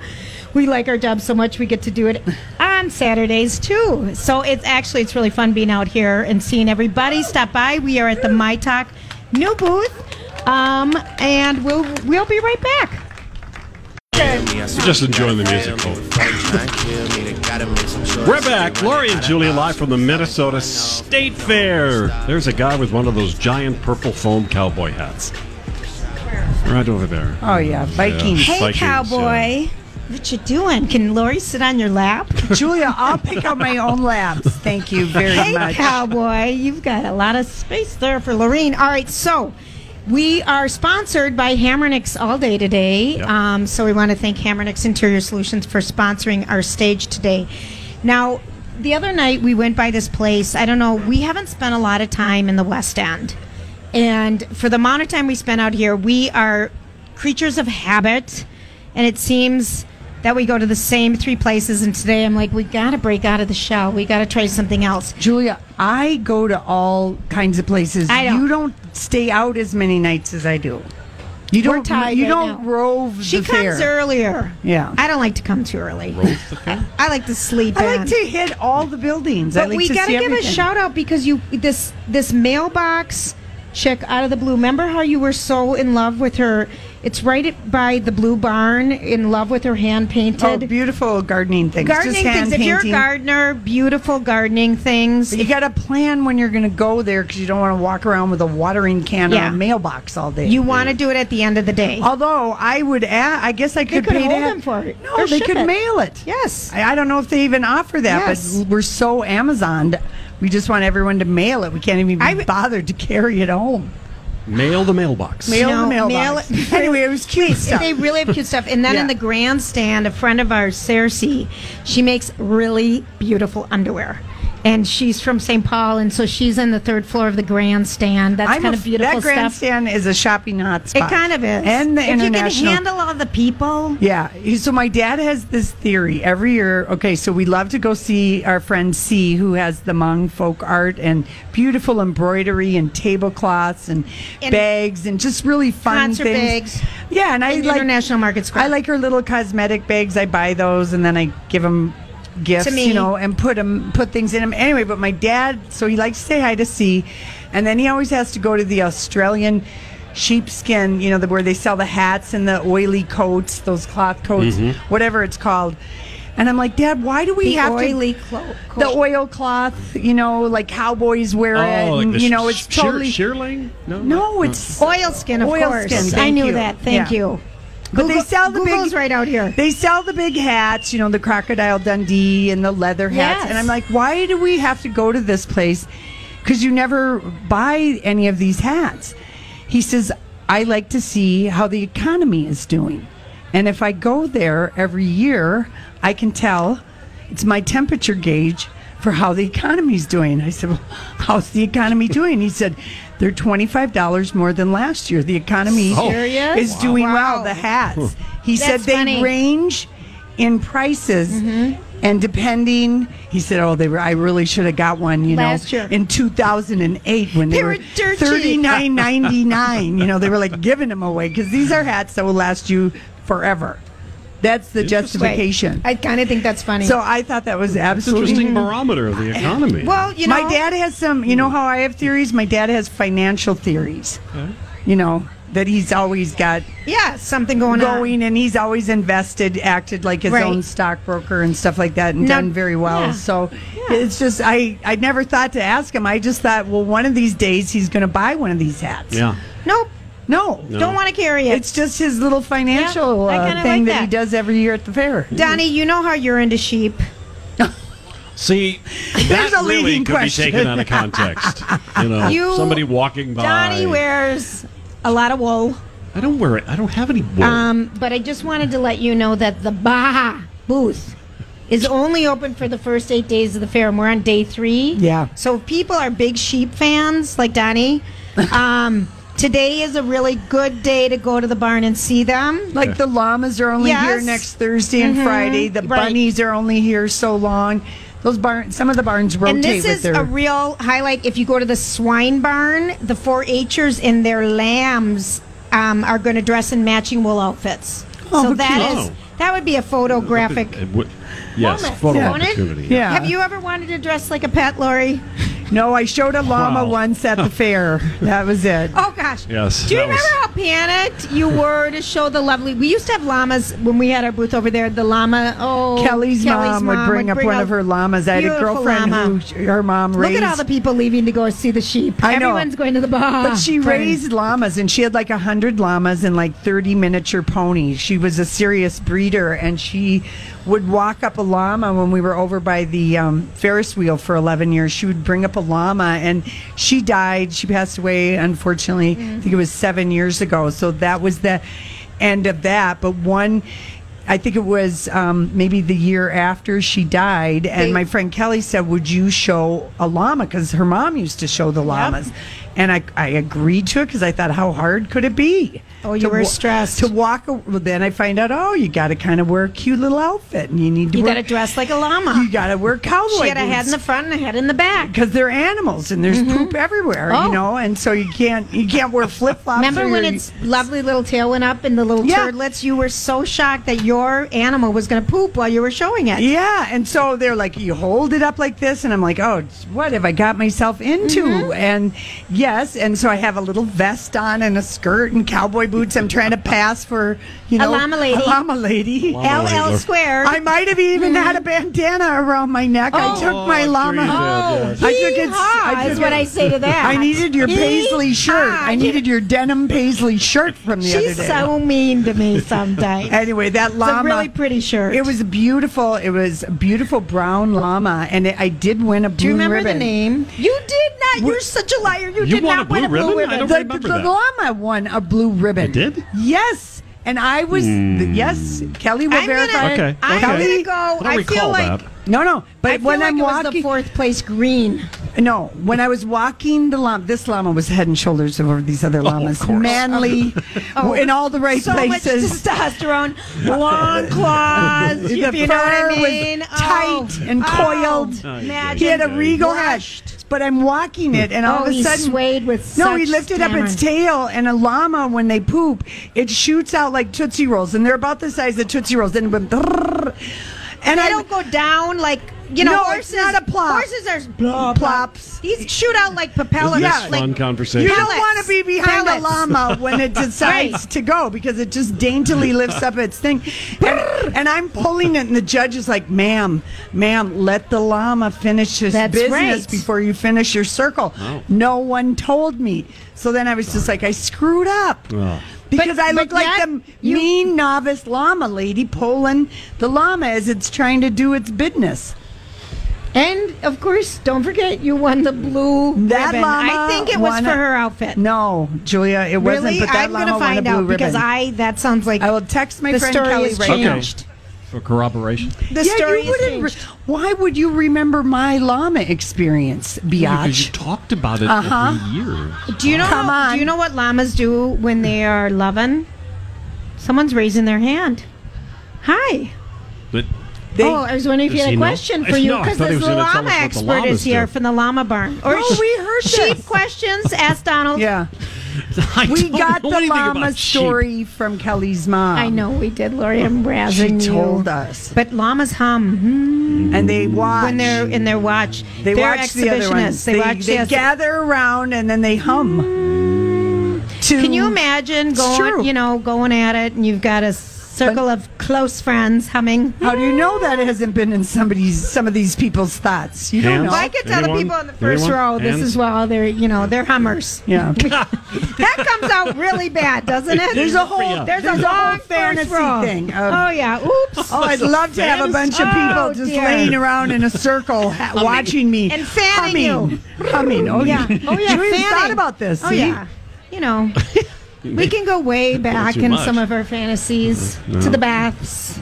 Speaker 3: We like our job so much we get to do it on Saturdays too. So it's actually it's really fun being out here and seeing everybody stop by. We are at the My Talk new booth, um, and we'll we'll be right back.
Speaker 1: Just enjoying the music, folks. We're back. Lori and Julia live from the Minnesota State Fair. There's a guy with one of those giant purple foam cowboy hats. Right over there.
Speaker 2: Oh yeah, Vikings.
Speaker 3: Hey,
Speaker 1: Vikings, yeah.
Speaker 3: cowboy. What you doing? Can Lori sit on your lap?
Speaker 2: Julia, I'll pick up my own laps. Thank you very
Speaker 3: Hey,
Speaker 2: much.
Speaker 3: cowboy, you've got a lot of space there for Lorene. All right, so we are sponsored by Hammernix all day today.
Speaker 1: Yep.
Speaker 3: Um, so we want to thank Hammernix Interior Solutions for sponsoring our stage today. Now, the other night we went by this place. I don't know. We haven't spent a lot of time in the West End, and for the amount of time we spent out here, we are creatures of habit, and it seems that we go to the same three places. And today, I'm like, we got to break out of the shell. We got to try something else.
Speaker 2: Julia, I go to all kinds of places.
Speaker 3: I don't.
Speaker 2: You don't stay out as many nights as I do. You
Speaker 3: We're
Speaker 2: don't.
Speaker 3: tied
Speaker 2: you
Speaker 3: right
Speaker 2: don't
Speaker 3: now.
Speaker 2: rove.
Speaker 3: She
Speaker 2: the
Speaker 3: comes
Speaker 2: fair.
Speaker 3: earlier.
Speaker 2: Yeah.
Speaker 3: I don't like to come too early. I like to sleep.
Speaker 2: I like
Speaker 3: in.
Speaker 2: to hit all the buildings. I
Speaker 3: But
Speaker 2: like
Speaker 3: we
Speaker 2: to
Speaker 3: gotta
Speaker 2: see
Speaker 3: give
Speaker 2: everything.
Speaker 3: a shout out because you this this mailbox chick out of the blue. Remember how you were so in love with her? It's right by the Blue Barn. In love with her hand
Speaker 2: Oh,
Speaker 3: painted
Speaker 2: beautiful gardening things.
Speaker 3: gardening
Speaker 2: Just hand
Speaker 3: things. If you're a
Speaker 2: painting.
Speaker 3: gardener, beautiful gardening things.
Speaker 2: you got to plan when you're going to go there because you don't want to walk around with a watering can
Speaker 3: Yeah.
Speaker 2: or a mailbox all day.
Speaker 3: You want to do it at the end of the day.
Speaker 2: Although I would, add, I guess I could
Speaker 3: could
Speaker 2: pay to
Speaker 3: hold
Speaker 2: have-
Speaker 3: them for it,
Speaker 2: No,
Speaker 3: or
Speaker 2: they
Speaker 3: ship
Speaker 2: could
Speaker 3: it.
Speaker 2: mail it.
Speaker 3: Yes.
Speaker 2: I, I don't know if they even offer that,
Speaker 3: Yes.
Speaker 2: but we're so Amazoned. We just want everyone to mail it. We can't even be
Speaker 3: I-
Speaker 2: bothered to carry it home.
Speaker 1: Mail the mailbox.
Speaker 2: Mail
Speaker 3: No,
Speaker 2: the mailbox.
Speaker 3: mail it-
Speaker 2: anyway, it was cute stuff.
Speaker 3: They really have cute stuff. And then
Speaker 2: Yeah.
Speaker 3: in the grandstand, a friend of ours, Cersei, she makes really beautiful underwear. And she's from St. Paul, and so she's in the third floor of the grandstand. That's
Speaker 2: I'm
Speaker 3: kind
Speaker 2: a-
Speaker 3: of beautiful
Speaker 2: That
Speaker 3: stuff.
Speaker 2: grandstand is a shopping hotspot.
Speaker 3: It kind of is.
Speaker 2: And the
Speaker 3: if
Speaker 2: international.
Speaker 3: you can handle all the people.
Speaker 2: Yeah. he- So my dad has this theory every year. Okay, so we love to go see our friend C, who has the Hmong folk art and beautiful embroidery and tablecloths and,
Speaker 3: And
Speaker 2: bags and just really fun
Speaker 3: concert
Speaker 2: things.
Speaker 3: bags.
Speaker 2: Yeah, and I
Speaker 3: And
Speaker 2: like
Speaker 3: International Market Square.
Speaker 2: I like her little cosmetic bags. I buy those and then I give them gifts,
Speaker 3: To me.
Speaker 2: you know, and put 'em- put things in them anyway. But my dad, so he likes to say hi to C, and then he always has to go to the Australian sheepskin, you know, the, where they sell the hats and the oily coats, those cloth coats,
Speaker 1: Mm-hmm.
Speaker 2: whatever it's called. And I'm like, Dad, why do we
Speaker 3: The
Speaker 2: have
Speaker 3: oily
Speaker 2: to
Speaker 3: clo-
Speaker 2: the
Speaker 3: coat.
Speaker 2: oil cloth? You know, like cowboys wear it.
Speaker 1: Oh, like
Speaker 2: and,
Speaker 1: the
Speaker 2: you know,
Speaker 1: sh-
Speaker 2: it's
Speaker 1: shear-
Speaker 2: totally
Speaker 1: shearling? No,
Speaker 2: no, it's
Speaker 3: Oilskin, of course.
Speaker 2: Oilskin,
Speaker 3: I
Speaker 2: thank
Speaker 3: knew
Speaker 2: you.
Speaker 3: that. Thank
Speaker 2: Yeah.
Speaker 3: you.
Speaker 2: But
Speaker 3: Google-
Speaker 2: they sell the
Speaker 3: Google's
Speaker 2: big
Speaker 3: right out here.
Speaker 2: They sell the big hats, you know, the crocodile Dundee and the leather hats.
Speaker 3: Yes.
Speaker 2: And I'm like, why do we have to go to this place? Because you never buy any of these hats. He says, I like to see how the economy is doing, and if I go there every year, I can tell it's my temperature gauge for how the economy's doing. I said, well, how's the economy doing? He said, they're twenty five dollars more than last year. The economy
Speaker 3: Oh. Serious?
Speaker 2: is doing
Speaker 3: Wow.
Speaker 2: well. The hats. He said
Speaker 3: That's
Speaker 2: they
Speaker 3: funny. Mm-hmm.
Speaker 2: range in prices. And depending, he said, "Oh, they were. I really should have got one, you
Speaker 3: Last
Speaker 2: know,
Speaker 3: year.
Speaker 2: in 2008 when they,
Speaker 3: They were dirt cheap.
Speaker 2: thirty nine ninety nine. You know, they were like giving them away because these are hats that will last you forever. That's the justification.
Speaker 3: I kind of think that's funny.
Speaker 2: so I thought that was
Speaker 1: It's
Speaker 2: absolutely
Speaker 1: interesting barometer of the economy.
Speaker 3: well, you know,
Speaker 2: my dad has some. You know how I have theories. My dad has financial theories. You know that he's always got
Speaker 3: Yeah, something going, on.
Speaker 2: going and he's always invested acted like his
Speaker 3: Right.
Speaker 2: own stockbroker and stuff like that and
Speaker 3: Now-
Speaker 2: done very well
Speaker 3: yeah.
Speaker 2: so it's just i i never thought to ask him i just thought well one of these days he's going to buy one of these hats
Speaker 1: yeah.
Speaker 3: Nope.
Speaker 2: no,
Speaker 3: Don't want to carry it.
Speaker 2: it's just his little financial
Speaker 3: Yeah, I
Speaker 2: uh,
Speaker 3: kinda
Speaker 2: thing
Speaker 3: like
Speaker 2: that. he
Speaker 3: that.
Speaker 2: does every year at the fair
Speaker 3: Donnie, you know how you're into sheep.
Speaker 1: See,
Speaker 2: There's
Speaker 1: that
Speaker 2: a
Speaker 1: really
Speaker 2: leading
Speaker 1: could
Speaker 2: question.
Speaker 1: be taken out of context. You know,
Speaker 3: You-
Speaker 1: somebody walking by.
Speaker 3: Donnie wears a lot of wool.
Speaker 1: I don't wear it. I don't have any wool.
Speaker 3: Um, but I just wanted to let you know that the Baja booth is only open for the first eight days of the fair, and we're on day three.
Speaker 2: Yeah.
Speaker 3: So if people are big sheep fans like Donnie, um, today is a really good day to go to the barn and see them.
Speaker 2: like the llamas are only here
Speaker 3: Yes. Mm-hmm.
Speaker 2: next thursday and friday the
Speaker 3: Right.
Speaker 2: bunnies are only here so long those barns some of the barns rotate
Speaker 3: And this
Speaker 2: with
Speaker 3: is
Speaker 2: their
Speaker 3: a real highlight. If you go to the swine barn, the 4-H'ers and their lambs um, are going to dress in matching wool outfits. so that
Speaker 1: cute.
Speaker 3: is
Speaker 1: Oh.
Speaker 3: that would be a photographic.
Speaker 1: It would- Uh, yes,
Speaker 3: Moment.
Speaker 1: photo
Speaker 3: Yeah.
Speaker 1: opportunity.
Speaker 2: Yeah.
Speaker 3: Have you ever wanted to dress like a pet, Lori?
Speaker 2: no i showed a llama
Speaker 1: Wow.
Speaker 2: once at the fair that was it
Speaker 3: Oh gosh.
Speaker 1: Yes,
Speaker 3: Do you
Speaker 1: that
Speaker 3: remember
Speaker 1: was-
Speaker 3: how panicked you were to show the lovely? We used to have llamas when we had our booth over there. The llama. Oh,
Speaker 2: Kelly's, mom, would bring up one
Speaker 3: out-
Speaker 2: of her llamas. I had a
Speaker 3: Beautiful
Speaker 2: girlfriend
Speaker 3: llama.
Speaker 2: who her mom
Speaker 3: Look
Speaker 2: raised.
Speaker 3: at all the people leaving to go see the sheep.
Speaker 2: I know.
Speaker 3: Everyone's going to the Baja.
Speaker 2: but she
Speaker 3: Right.
Speaker 2: raised llamas, and she had like a hundred llamas and like thirty miniature ponies. She was a serious breeder, and she would walk up a llama when we were over by the um, Ferris wheel for eleven years. She would bring up a llama, and she died. She passed away,
Speaker 3: Mm.
Speaker 2: unfortunately. I think it was seven years ago. So that was the end of that. But one I think it was um, maybe the year after she died, and my friend Kelly said, "Would you show a llama?" Because her mom used to show the llamas, and I, I agreed to it because I thought, how hard could it be?
Speaker 3: Oh, you
Speaker 2: to
Speaker 3: were
Speaker 2: wa-
Speaker 3: stressed.
Speaker 2: to walk. a- Well, then I find out, oh, you got to kind of wear a cute little outfit, and you need to.
Speaker 3: You
Speaker 2: wear,
Speaker 3: got to dress like a llama.
Speaker 2: You got to wear cowboy.
Speaker 3: she had a head in the front and a head in the back.
Speaker 2: because they're animals and there's poop everywhere,
Speaker 3: Oh.
Speaker 2: you know, and so you can't you can't wear flip flops.
Speaker 3: Remember when its lovely little tail went up and the little
Speaker 2: Yeah.
Speaker 3: turdlets? You were so shocked that your animal was going to poop while you were showing it.
Speaker 2: Yeah, and so they're like, you hold it up like this, and I'm like, oh, what have I got myself into?
Speaker 3: Mm-hmm.
Speaker 2: And yes, and so I have a little vest on and a skirt and cowboy boots. I'm trying to pass for you know
Speaker 3: llama lady.
Speaker 2: A llama lady.
Speaker 3: LL squared.
Speaker 2: I might have even had a bandana around my neck. I took my llama.
Speaker 3: oh,
Speaker 2: I took it- I
Speaker 3: yeehaw
Speaker 2: took
Speaker 3: is what
Speaker 2: it-
Speaker 3: I say to that.
Speaker 2: I needed your paisley shirt.
Speaker 3: Yeehaw.
Speaker 2: I needed your denim paisley shirt from the
Speaker 3: She's
Speaker 2: other day.
Speaker 3: so mean to me sometimes.
Speaker 2: Anyway, that llama.
Speaker 3: really pretty shirt.
Speaker 2: It was beautiful. It was a beautiful brown llama, and it, I did win a blue
Speaker 3: Do you remember
Speaker 2: ribbon.
Speaker 3: the name? You did not. You're such a liar. You,
Speaker 1: You
Speaker 3: did
Speaker 1: won a
Speaker 3: not win
Speaker 1: blue
Speaker 3: a blue
Speaker 1: ribbon? I
Speaker 3: ribbon.
Speaker 1: don't
Speaker 2: The,
Speaker 1: remember
Speaker 2: the
Speaker 1: that.
Speaker 2: llama won a blue ribbon.
Speaker 1: It did? Hmm.
Speaker 2: Yes. And I was the, yes, Kelly will
Speaker 3: I'm gonna-
Speaker 2: verify. it.
Speaker 1: Okay,
Speaker 3: I'm
Speaker 1: okay.
Speaker 3: gonna
Speaker 2: Kelly,
Speaker 3: go.
Speaker 1: I don't
Speaker 3: I, feel
Speaker 1: recall
Speaker 3: like
Speaker 1: that.
Speaker 2: no, no. But
Speaker 3: I feel
Speaker 2: when
Speaker 3: like
Speaker 2: I'm
Speaker 3: it was the
Speaker 2: walking,
Speaker 3: fourth place green.
Speaker 2: No, when I was walking the llama, this llama was head and shoulders over these other llamas.
Speaker 1: Oh, course.
Speaker 2: Manly, Oh, in all the right
Speaker 3: Oh, so
Speaker 2: places.
Speaker 3: much testosterone, long claws.
Speaker 2: The
Speaker 3: if you know
Speaker 2: fur
Speaker 3: what I
Speaker 2: was
Speaker 3: mean.
Speaker 2: tight and coiled.
Speaker 3: Oh,
Speaker 2: he had
Speaker 3: magic.
Speaker 2: a regal head,
Speaker 3: Brushed.
Speaker 2: but I'm walking it, and all
Speaker 3: Oh,
Speaker 2: of a
Speaker 3: he
Speaker 2: sudden,
Speaker 3: swayed with
Speaker 2: no, he
Speaker 3: such
Speaker 2: lifted up its
Speaker 3: stammer.
Speaker 2: tail, and a llama when they poop, it shoots out like tootsie rolls, and they're about the size of tootsie rolls. Then it went, "Drrrr." and
Speaker 3: They
Speaker 2: I
Speaker 3: don't go down like you know.
Speaker 2: No, it's
Speaker 3: horses,
Speaker 2: not a plop.
Speaker 3: Horses are plop,
Speaker 2: Plops.
Speaker 3: These shoot out like propellers.
Speaker 1: Isn't this
Speaker 3: like,
Speaker 1: fun
Speaker 2: You
Speaker 1: conversation?
Speaker 2: don't
Speaker 3: Pellets.
Speaker 2: want to be behind a
Speaker 3: Pellets.
Speaker 2: llama when it decides
Speaker 3: Right.
Speaker 2: to go because it just daintily lifts up its thing. And, and I'm pulling it, and the judge is like, ma'am, ma'am, let the llama finish his
Speaker 3: That's
Speaker 2: business
Speaker 3: right.
Speaker 2: before you finish your circle. No one told me. So then I was just like, I screwed up. Because
Speaker 3: But-
Speaker 2: I look
Speaker 3: but
Speaker 2: like
Speaker 3: yet
Speaker 2: the
Speaker 3: you-
Speaker 2: mean novice llama lady pulling the llama as it's trying to do its business.
Speaker 3: And of course, don't forget you won the blue
Speaker 2: That
Speaker 3: ribbon.
Speaker 2: llama
Speaker 3: I think it was
Speaker 2: won
Speaker 3: for
Speaker 2: a-
Speaker 3: her outfit.
Speaker 2: No, Julia, it wasn't.
Speaker 3: really,
Speaker 2: But that
Speaker 3: I'm
Speaker 2: llama
Speaker 3: gonna
Speaker 2: won a
Speaker 3: find
Speaker 2: blue
Speaker 3: out
Speaker 2: ribbon.
Speaker 3: because I that sounds like
Speaker 2: I will text my
Speaker 3: the
Speaker 2: friend
Speaker 3: story
Speaker 2: Kelly
Speaker 3: has
Speaker 2: right now.
Speaker 3: changed.
Speaker 1: For corroboration?
Speaker 3: The story has
Speaker 2: wouldn't re-
Speaker 3: changed.
Speaker 2: why would you remember my llama experience,
Speaker 1: Because you
Speaker 2: Biatch?
Speaker 1: talked about it every year.
Speaker 3: Do you know?
Speaker 2: Come on.
Speaker 3: Do you know what llamas do when they are loving? Someone's raising their hand. Hi.
Speaker 1: But
Speaker 2: They-
Speaker 3: oh, I was wondering if you
Speaker 1: Does
Speaker 3: had
Speaker 1: he
Speaker 3: a
Speaker 1: know?
Speaker 3: question
Speaker 1: I-
Speaker 3: for you
Speaker 1: no, I
Speaker 3: because
Speaker 1: thought he
Speaker 3: this
Speaker 1: was gonna tell
Speaker 3: llama
Speaker 1: us what the
Speaker 3: expert
Speaker 1: llamas
Speaker 3: is here
Speaker 1: do.
Speaker 3: from the llama barn. Or
Speaker 2: No, we heard
Speaker 3: sheep
Speaker 2: this.
Speaker 3: questions. Ask Donald.
Speaker 2: yeah,
Speaker 1: I
Speaker 2: we
Speaker 1: don't
Speaker 2: got
Speaker 1: know
Speaker 2: the
Speaker 1: anything about
Speaker 2: llama
Speaker 1: sheep.
Speaker 2: story from Kelly's mom.
Speaker 3: I know we did, Lori. I'm
Speaker 2: she
Speaker 3: razzing
Speaker 2: told
Speaker 3: you.
Speaker 2: us,
Speaker 3: But llamas hum hmm,
Speaker 2: and they watch.
Speaker 3: when they're in their watch.
Speaker 2: they
Speaker 3: they're
Speaker 2: watch the other ones.
Speaker 3: exhibitionists. They, watch
Speaker 2: they
Speaker 3: the
Speaker 2: gather around and then they hum. To,
Speaker 3: Can you imagine
Speaker 2: true.
Speaker 3: going, you know, going at it, and you've got a circle of close friends humming?
Speaker 2: How do you know that hasn't been in somebody's some of these people's thoughts? You don't
Speaker 1: Hands?
Speaker 2: know.
Speaker 3: I could tell
Speaker 1: Anyone?
Speaker 3: the people in the first
Speaker 1: Anyone?
Speaker 3: row. This
Speaker 1: Hands?
Speaker 3: is well, they're you know they're hummers.
Speaker 2: Yeah.
Speaker 3: that comes out really bad, doesn't it?
Speaker 2: There's a whole-
Speaker 3: there's,
Speaker 2: there's
Speaker 3: a,
Speaker 2: a whole
Speaker 3: long first
Speaker 2: fantasy
Speaker 3: row.
Speaker 2: thing of-
Speaker 3: Oh yeah, oops.
Speaker 2: Oh, I'd love to have a bunch of people
Speaker 3: Oh,
Speaker 2: just
Speaker 3: dear.
Speaker 2: laying around in a circle ha- watching me
Speaker 3: And fanning
Speaker 2: humming. Humming. Oh yeah.
Speaker 3: yeah. Oh yeah.
Speaker 2: Julia's
Speaker 3: fanning.
Speaker 2: thought about this.
Speaker 3: Oh
Speaker 2: see?
Speaker 3: yeah. You know, we can go way back
Speaker 1: too
Speaker 3: in
Speaker 1: much. Mm-hmm.
Speaker 3: some of our fantasies to the baths.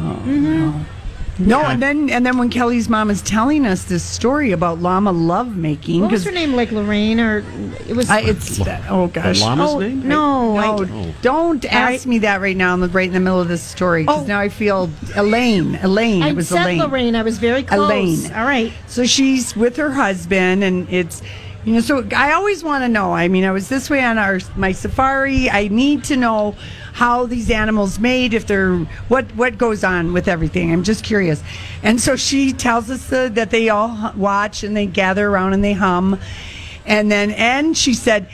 Speaker 2: No, and then and then when Kelly's mom is telling us this story about llama love making,
Speaker 3: What was her name? Like Lorraine, or it was.
Speaker 2: I, it's oh gosh.
Speaker 1: The llama's
Speaker 3: oh
Speaker 1: name?
Speaker 3: no, I-
Speaker 2: No, don't ask me that right now. I'm right in the middle of this story because
Speaker 3: Oh.
Speaker 2: now I feel Elaine. Elaine,
Speaker 3: I,
Speaker 2: it was
Speaker 3: said
Speaker 2: Elaine.
Speaker 3: Lorraine. I was very close.
Speaker 2: Elaine.
Speaker 3: All right.
Speaker 2: So she's with her husband, and it's you know. So I always want to know. I mean, I was this way on our my safari. I need to know how these animals made, if they're what what goes on with everything. I'm just curious. And so she tells us the, that they all hu- watch and they gather around and they hum, and then and she said,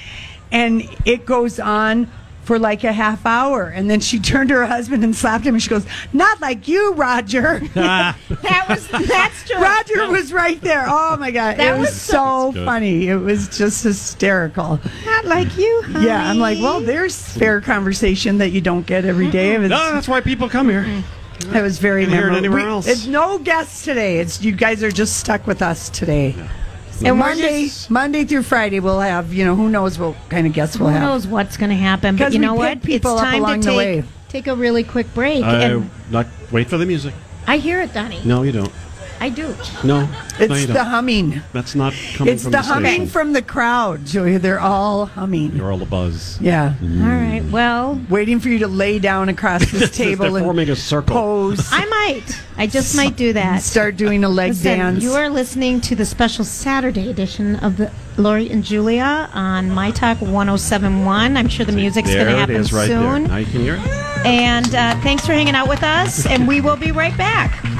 Speaker 2: and it goes on. For like a half hour, and then she turned to her husband and slapped him, and she goes, "Not like you, Roger."
Speaker 3: That was that's true.
Speaker 2: Roger was right there. Oh my god,
Speaker 3: That
Speaker 2: it was,
Speaker 3: was
Speaker 2: so funny. It was just hysterical.
Speaker 3: Not like you. Honey.
Speaker 2: Yeah, I'm like, well, there's fair conversation that you don't get every day. It was,
Speaker 1: No, that's why people come here.
Speaker 2: it was very
Speaker 1: Can't hear it
Speaker 2: memorable.
Speaker 1: anywhere
Speaker 2: We-
Speaker 1: else.
Speaker 2: It's no guests today. It's you guys are just stuck with us today. And
Speaker 3: we're
Speaker 2: Monday,
Speaker 3: just-
Speaker 2: Monday through Friday, we'll have you know who knows what kind of guests we'll
Speaker 3: Who
Speaker 2: have.
Speaker 3: knows what's going to happen? But
Speaker 2: 'Cause
Speaker 3: you
Speaker 2: we
Speaker 3: know
Speaker 2: pick
Speaker 3: what? It's
Speaker 2: people up
Speaker 3: time
Speaker 2: along
Speaker 3: to
Speaker 2: the way.
Speaker 3: take take a really quick break.
Speaker 1: I
Speaker 3: and
Speaker 1: not wait for the music.
Speaker 3: I hear it, Donnie.
Speaker 1: No, you don't.
Speaker 3: I do.
Speaker 1: No, no, you
Speaker 2: It's
Speaker 1: don't.
Speaker 2: the humming.
Speaker 1: That's not coming
Speaker 2: It's
Speaker 1: from
Speaker 2: the,
Speaker 1: the,
Speaker 2: humming
Speaker 1: station.
Speaker 2: from the crowd, Julia. They're all humming.
Speaker 1: You're all a buzz.
Speaker 2: Yeah.
Speaker 3: All right. Well,
Speaker 2: Waiting for you to lay down across this table
Speaker 1: They're
Speaker 2: and
Speaker 1: forming a circle.
Speaker 2: pose.
Speaker 3: I might. I just might do that.
Speaker 2: Start doing a leg
Speaker 3: Listen,
Speaker 2: dance.
Speaker 3: You are listening to the special Saturday edition of the Lori and Julia on My Talk 1071. I'm sure the music's
Speaker 1: there
Speaker 3: going to happen
Speaker 1: it is right
Speaker 3: soon.
Speaker 1: there. Now you can hear it.
Speaker 3: And uh, thanks for hanging out with us, and we will be right back.